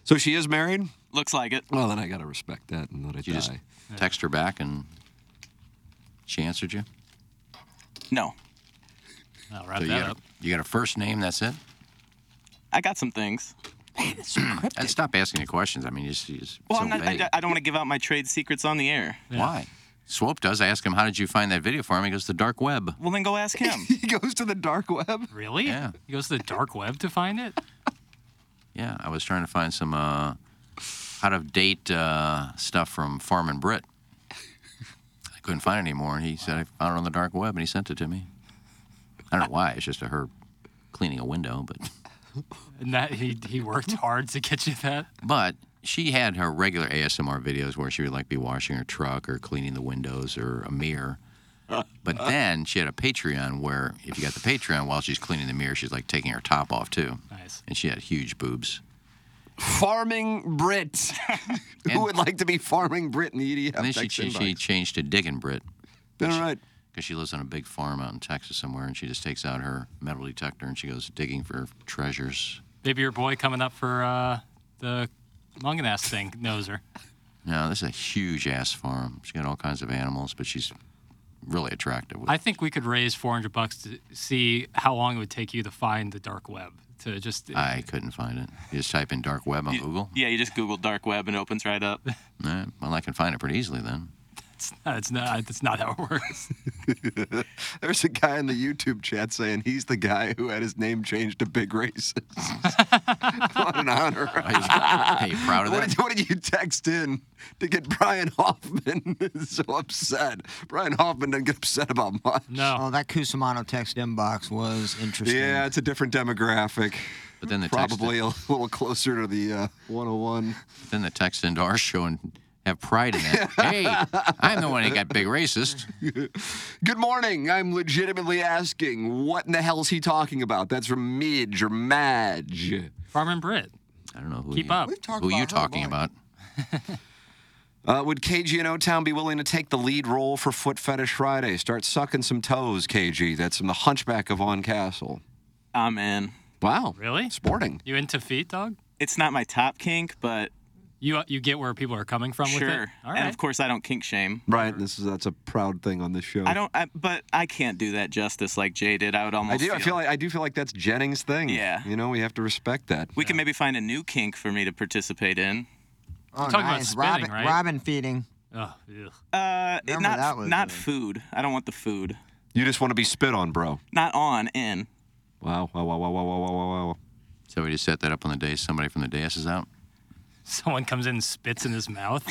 C: So she is married?
G: Looks like it.
C: Well, then I got to respect that and let it
E: You
C: die.
E: just text her back, and she answered you.
G: No.
F: I'll wrap
E: So you
F: that
E: got,
F: up.
E: A, you got a first name. That's it.
G: I got some things.
E: And stop asking you questions. I mean, you just, you just
G: Well,
E: so
G: I'm not,
E: vague.
G: I, I don't want to give out my trade secrets on the air.
E: Why? Swope does. I ask him, "How did you find that video for him?" He goes, "The dark web."
G: Well, then go ask him.
C: he goes to the dark web.
F: Really?
E: Yeah.
F: He goes to the dark web to find it.
E: Yeah, I was trying to find some uh, out of date uh, stuff from Farm and Brit. I couldn't find it anymore, and he said I found it on the dark web, and he sent it to me. I don't know why. It's just a her cleaning a window, but
F: And that he he worked hard to get you that.
E: but she had her regular ASMR videos where she would like be washing her truck or cleaning the windows or a mirror. But then she had a Patreon where if you got the Patreon while she's cleaning the mirror, she's like taking her top off too,
F: Nice.
E: and she had huge boobs.
C: Farming Brit. Who would like to be farming Brit in the EDF?
E: And then she,
C: section
E: she, she
C: box?
E: changed to Diggin' Brit.
C: All right.
E: because she lives on a big farm out in Texas somewhere, and she just takes out her metal detector and she goes digging for treasures.
F: Maybe your boy coming up for uh, the Munganass thing knows her.
E: Now, this is a huge ass farm. She's got all kinds of animals, but she's really attractive. With
F: I think we could raise 400 bucks to see how long it would take you to find the dark web. To just
E: I couldn't find it. You just type in dark web on Google.
G: Yeah, you just Google dark web and it opens right up.
E: Eh, well, I can find it pretty easily then.
F: it's, not, it's not that's not how it works.
C: There's a guy in the YouTube chat saying he's the guy who had his name changed to Big Racist. what an honor.
E: Are you, are you proud of
C: What
E: that?
C: did, what did you text in to get Brian Hoffman so upset? Brian Hoffman doesn't get upset about much.
F: No.
D: Oh, that Cusimano text inbox was interesting.
C: Yeah, it's a different demographic.
E: But then the text,
C: Probably a little closer to the uh, 101.
E: then the text into our show and have pride in that. hey, I'm the one that got big racist.
C: Good morning. I'm legitimately asking, what in the hell's he talking about? That's from Midge or Madge.
F: Farmer and Brit.
E: I don't know who
F: Keep
E: you,
F: up.
E: Who you talking about?
C: Uh, would KG and O Town be willing to take the lead role for Foot Fetish Friday? Start sucking some toes, KG. That's from the Hunchback of On Castle.
G: I'm in.
C: Wow.
F: Really?
C: Sporting.
F: You into feet, dog?
G: It's not my top kink, but
F: You you get where people are coming from with it.
G: sure.
F: All right.
G: And of course, I don't kink shame.
C: Right. This is that's a proud thing on this show.
G: I don't, I, but I can't do that justice like Jay did. I would almost.
C: I do. I feel like I do feel like that's Jennings' thing.
G: Yeah.
C: You know, we have to respect that.
G: we can maybe find a new kink for me to participate in.
D: Oh,
F: talking about
D: nice.
F: spinning,
D: robin,
F: right?
D: robin feeding.
F: Ugh, ugh.
G: Uh,
D: Remember
G: not
D: that was
G: not
D: good.
G: food. I don't want the food.
C: You just want to be spit on, bro.
G: Not on in.
C: Wow, wow, wow, wow, wow, wow, wow, wow, wow.
E: So we just set that up on the day somebody from the dais is out.
F: Someone comes in and spits in his mouth.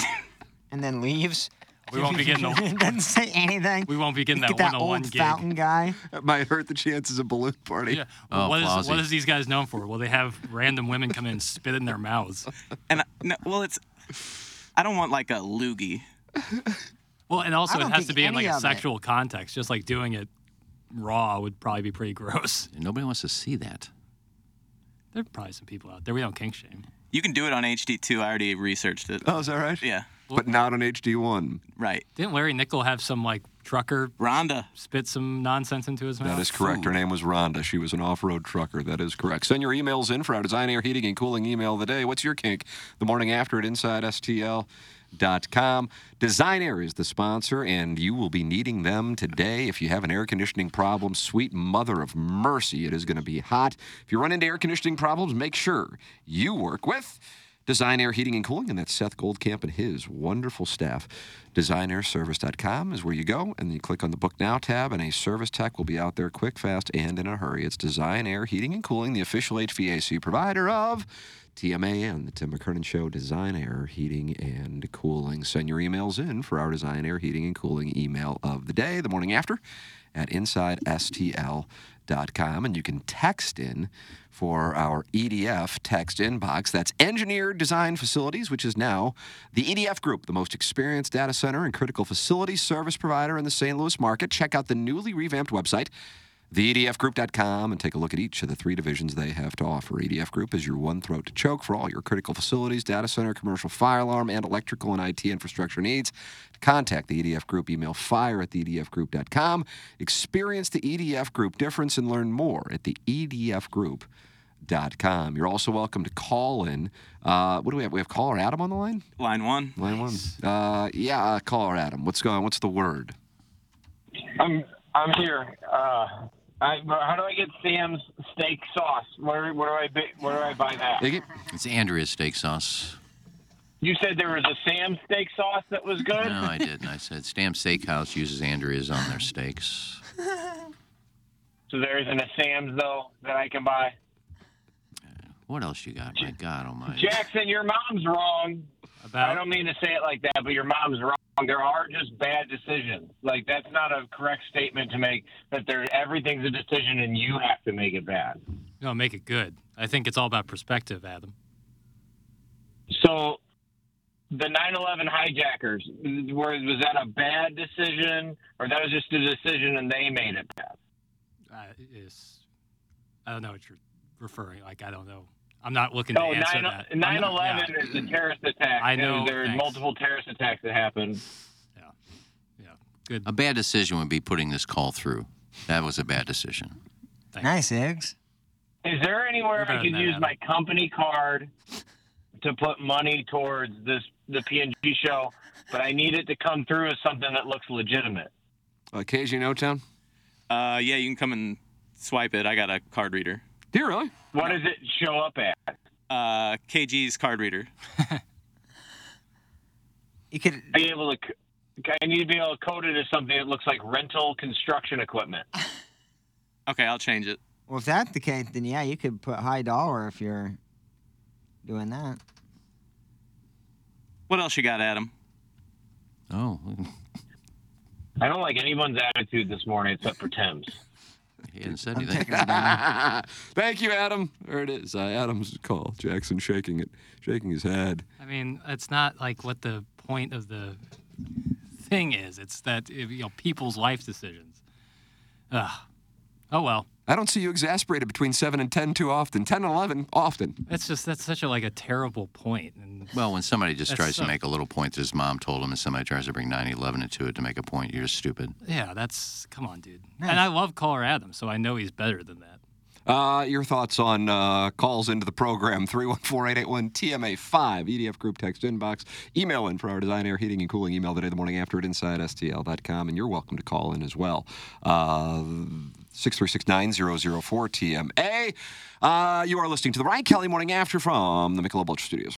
D: and then leaves.
F: We won't be getting the-
D: Doesn't say anything.
F: We won't be getting
D: Get
F: that
D: that
F: one-on-one
D: old
F: gig.
D: fountain guy.
C: That might hurt the chances of balloon party.
F: Yeah. what, is, what is these guys known for? Well, they have random women come in and spit in their mouths.
G: And I, no, well, it's I don't want like a loogie.
F: Well, and also
G: I
F: it
G: don't
F: has to
G: think
F: be in
G: any
F: like a
G: of it.
F: sexual context. Just like doing it raw would probably be pretty gross.
E: Nobody wants to see that.
F: There are probably some people out there. We don't kink shame.
G: You can do it on HD2. I already researched it.
C: Oh, is that right?
G: Yeah.
C: But not on HD1.
G: Right.
F: Didn't Larry Nickel have some like trucker
G: Rhonda
F: spit some nonsense into his mouth?
C: That is correct. Her name was Rhonda. She was an off-road trucker. That is correct. Send your emails in for our design, air, heating, and cooling email of the day. What's your kink? The morning after at InsideSTL.com. Design Air is the sponsor, and you will be needing them today. If you have an air conditioning problem, sweet mother of mercy, it is going to be hot. If you run into air conditioning problems, make sure you work with Design Air Heating and Cooling, and that's Seth Goldcamp and his wonderful staff. DesignAirService.com is where you go, and you click on the Book Now tab, and a service tech will be out there quick, fast, and in a hurry. It's Design Air Heating and Cooling, the official HVAC provider of TMA and the Tim McKernan Show, Design Air Heating and Cooling. Send your emails in for our Design Air Heating and Cooling email of the day, the morning after, at InsideSTL.com, and you can text in for our EDF text inbox. That's Engineer Design Facilities, which is now the EDF Group, the most experienced data center and critical facility service provider in the St. Louis market. Check out the newly revamped website, E theedfgroup.com, and take a look at each of the three divisions they have to offer. EDF Group is your one throat to choke for all your critical facilities, data center, commercial fire alarm, and electrical and IT infrastructure needs. To contact the EDF Group, email fire at E theedfgroup.com. Experience the EDF Group difference and learn more at the EDF Group com. You're also welcome to call in. Uh, what do we have? We have caller Adam on the line.
G: Line one.
C: Line one. Uh, yeah, uh, caller Adam. What's going? What's the word?
K: I'm I'm here. Uh, I, how do I get Sam's steak sauce? Where where do I bi- where do I buy that?
E: It's Andrea's steak sauce.
K: You said there was a Sam's steak sauce that was good.
E: No, I didn't. I said Stam Steakhouse uses Andrea's on their steaks.
K: So there isn't a Sam's though that I can buy.
E: What else you got? My God Almighty.
K: Jackson, your mom's wrong. I don't mean to say it like that, but your mom's wrong. There are just bad decisions. Like that's not a correct statement to make. That there everything's a decision and you have to make it bad.
F: No, make it good. I think it's all about perspective, Adam.
K: So the 9/11 hijackers were was that a bad decision or that was just a decision and they made it bad?
F: Uh, it's, I don't know what you're referring. Like I don't know. I'm not looking
K: No,
F: to answer that. I'm not-
K: 9 11
F: yeah.
K: is a terrorist attack.
F: I know,
K: There are
F: thanks.
K: multiple terrorist attacks that happened.
E: A bad decision would be putting this call through. That was a bad decision.
D: Nice eggs.
K: Is there anywhere I
E: better
K: could
E: than that,
K: use
E: Adam.
K: my company card to put money towards this the PNG show? But I need it to come through as something that looks legitimate.
C: Uh, KG No Town.
G: Uh, yeah, you can come and swipe it. I got a card reader.
C: Do you really?
K: What does it show up at?
G: Uh, KG's card reader.
D: You could
K: be able to. c- I need to be able to code it as something that looks like rental construction equipment.
G: Okay, I'll change it.
D: Well, if that's the case, then yeah, you could put high dollar if you're doing that.
G: What else you got, Adam?
E: Oh,
K: I don't like anyone's attitude this morning except for Tim's.
E: he didn't say
C: Thank you, Adam. There it is. Uh, Adam's call. Jackson shaking it, shaking his head.
F: I mean, it's not like what the point of the thing is. It's that if, you know people's life decisions. Ugh. Oh well,
C: I don't see you exasperated between seven and ten too often. Ten and eleven often.
F: that's just that's such a like a terrible point. And
E: Well, when somebody just
F: That
E: tries
F: sucks.
E: to make a little point that his mom told him, and somebody tries to bring 9/11 into it to make a point, you're just stupid.
F: yeah, that's come on, dude. And I love Caller Adam, so I know he's better than that.
C: Uh, your thoughts on uh, calls into the program 314-881-TMA5 EDF E group text inbox email in for our design air heating and cooling email today the morning after at InsideSTL.com and you're welcome to call in as well uh, 636-9004 TMA uh, you are listening to the Ryan Kelly Morning After from the Michelob Ultra Studios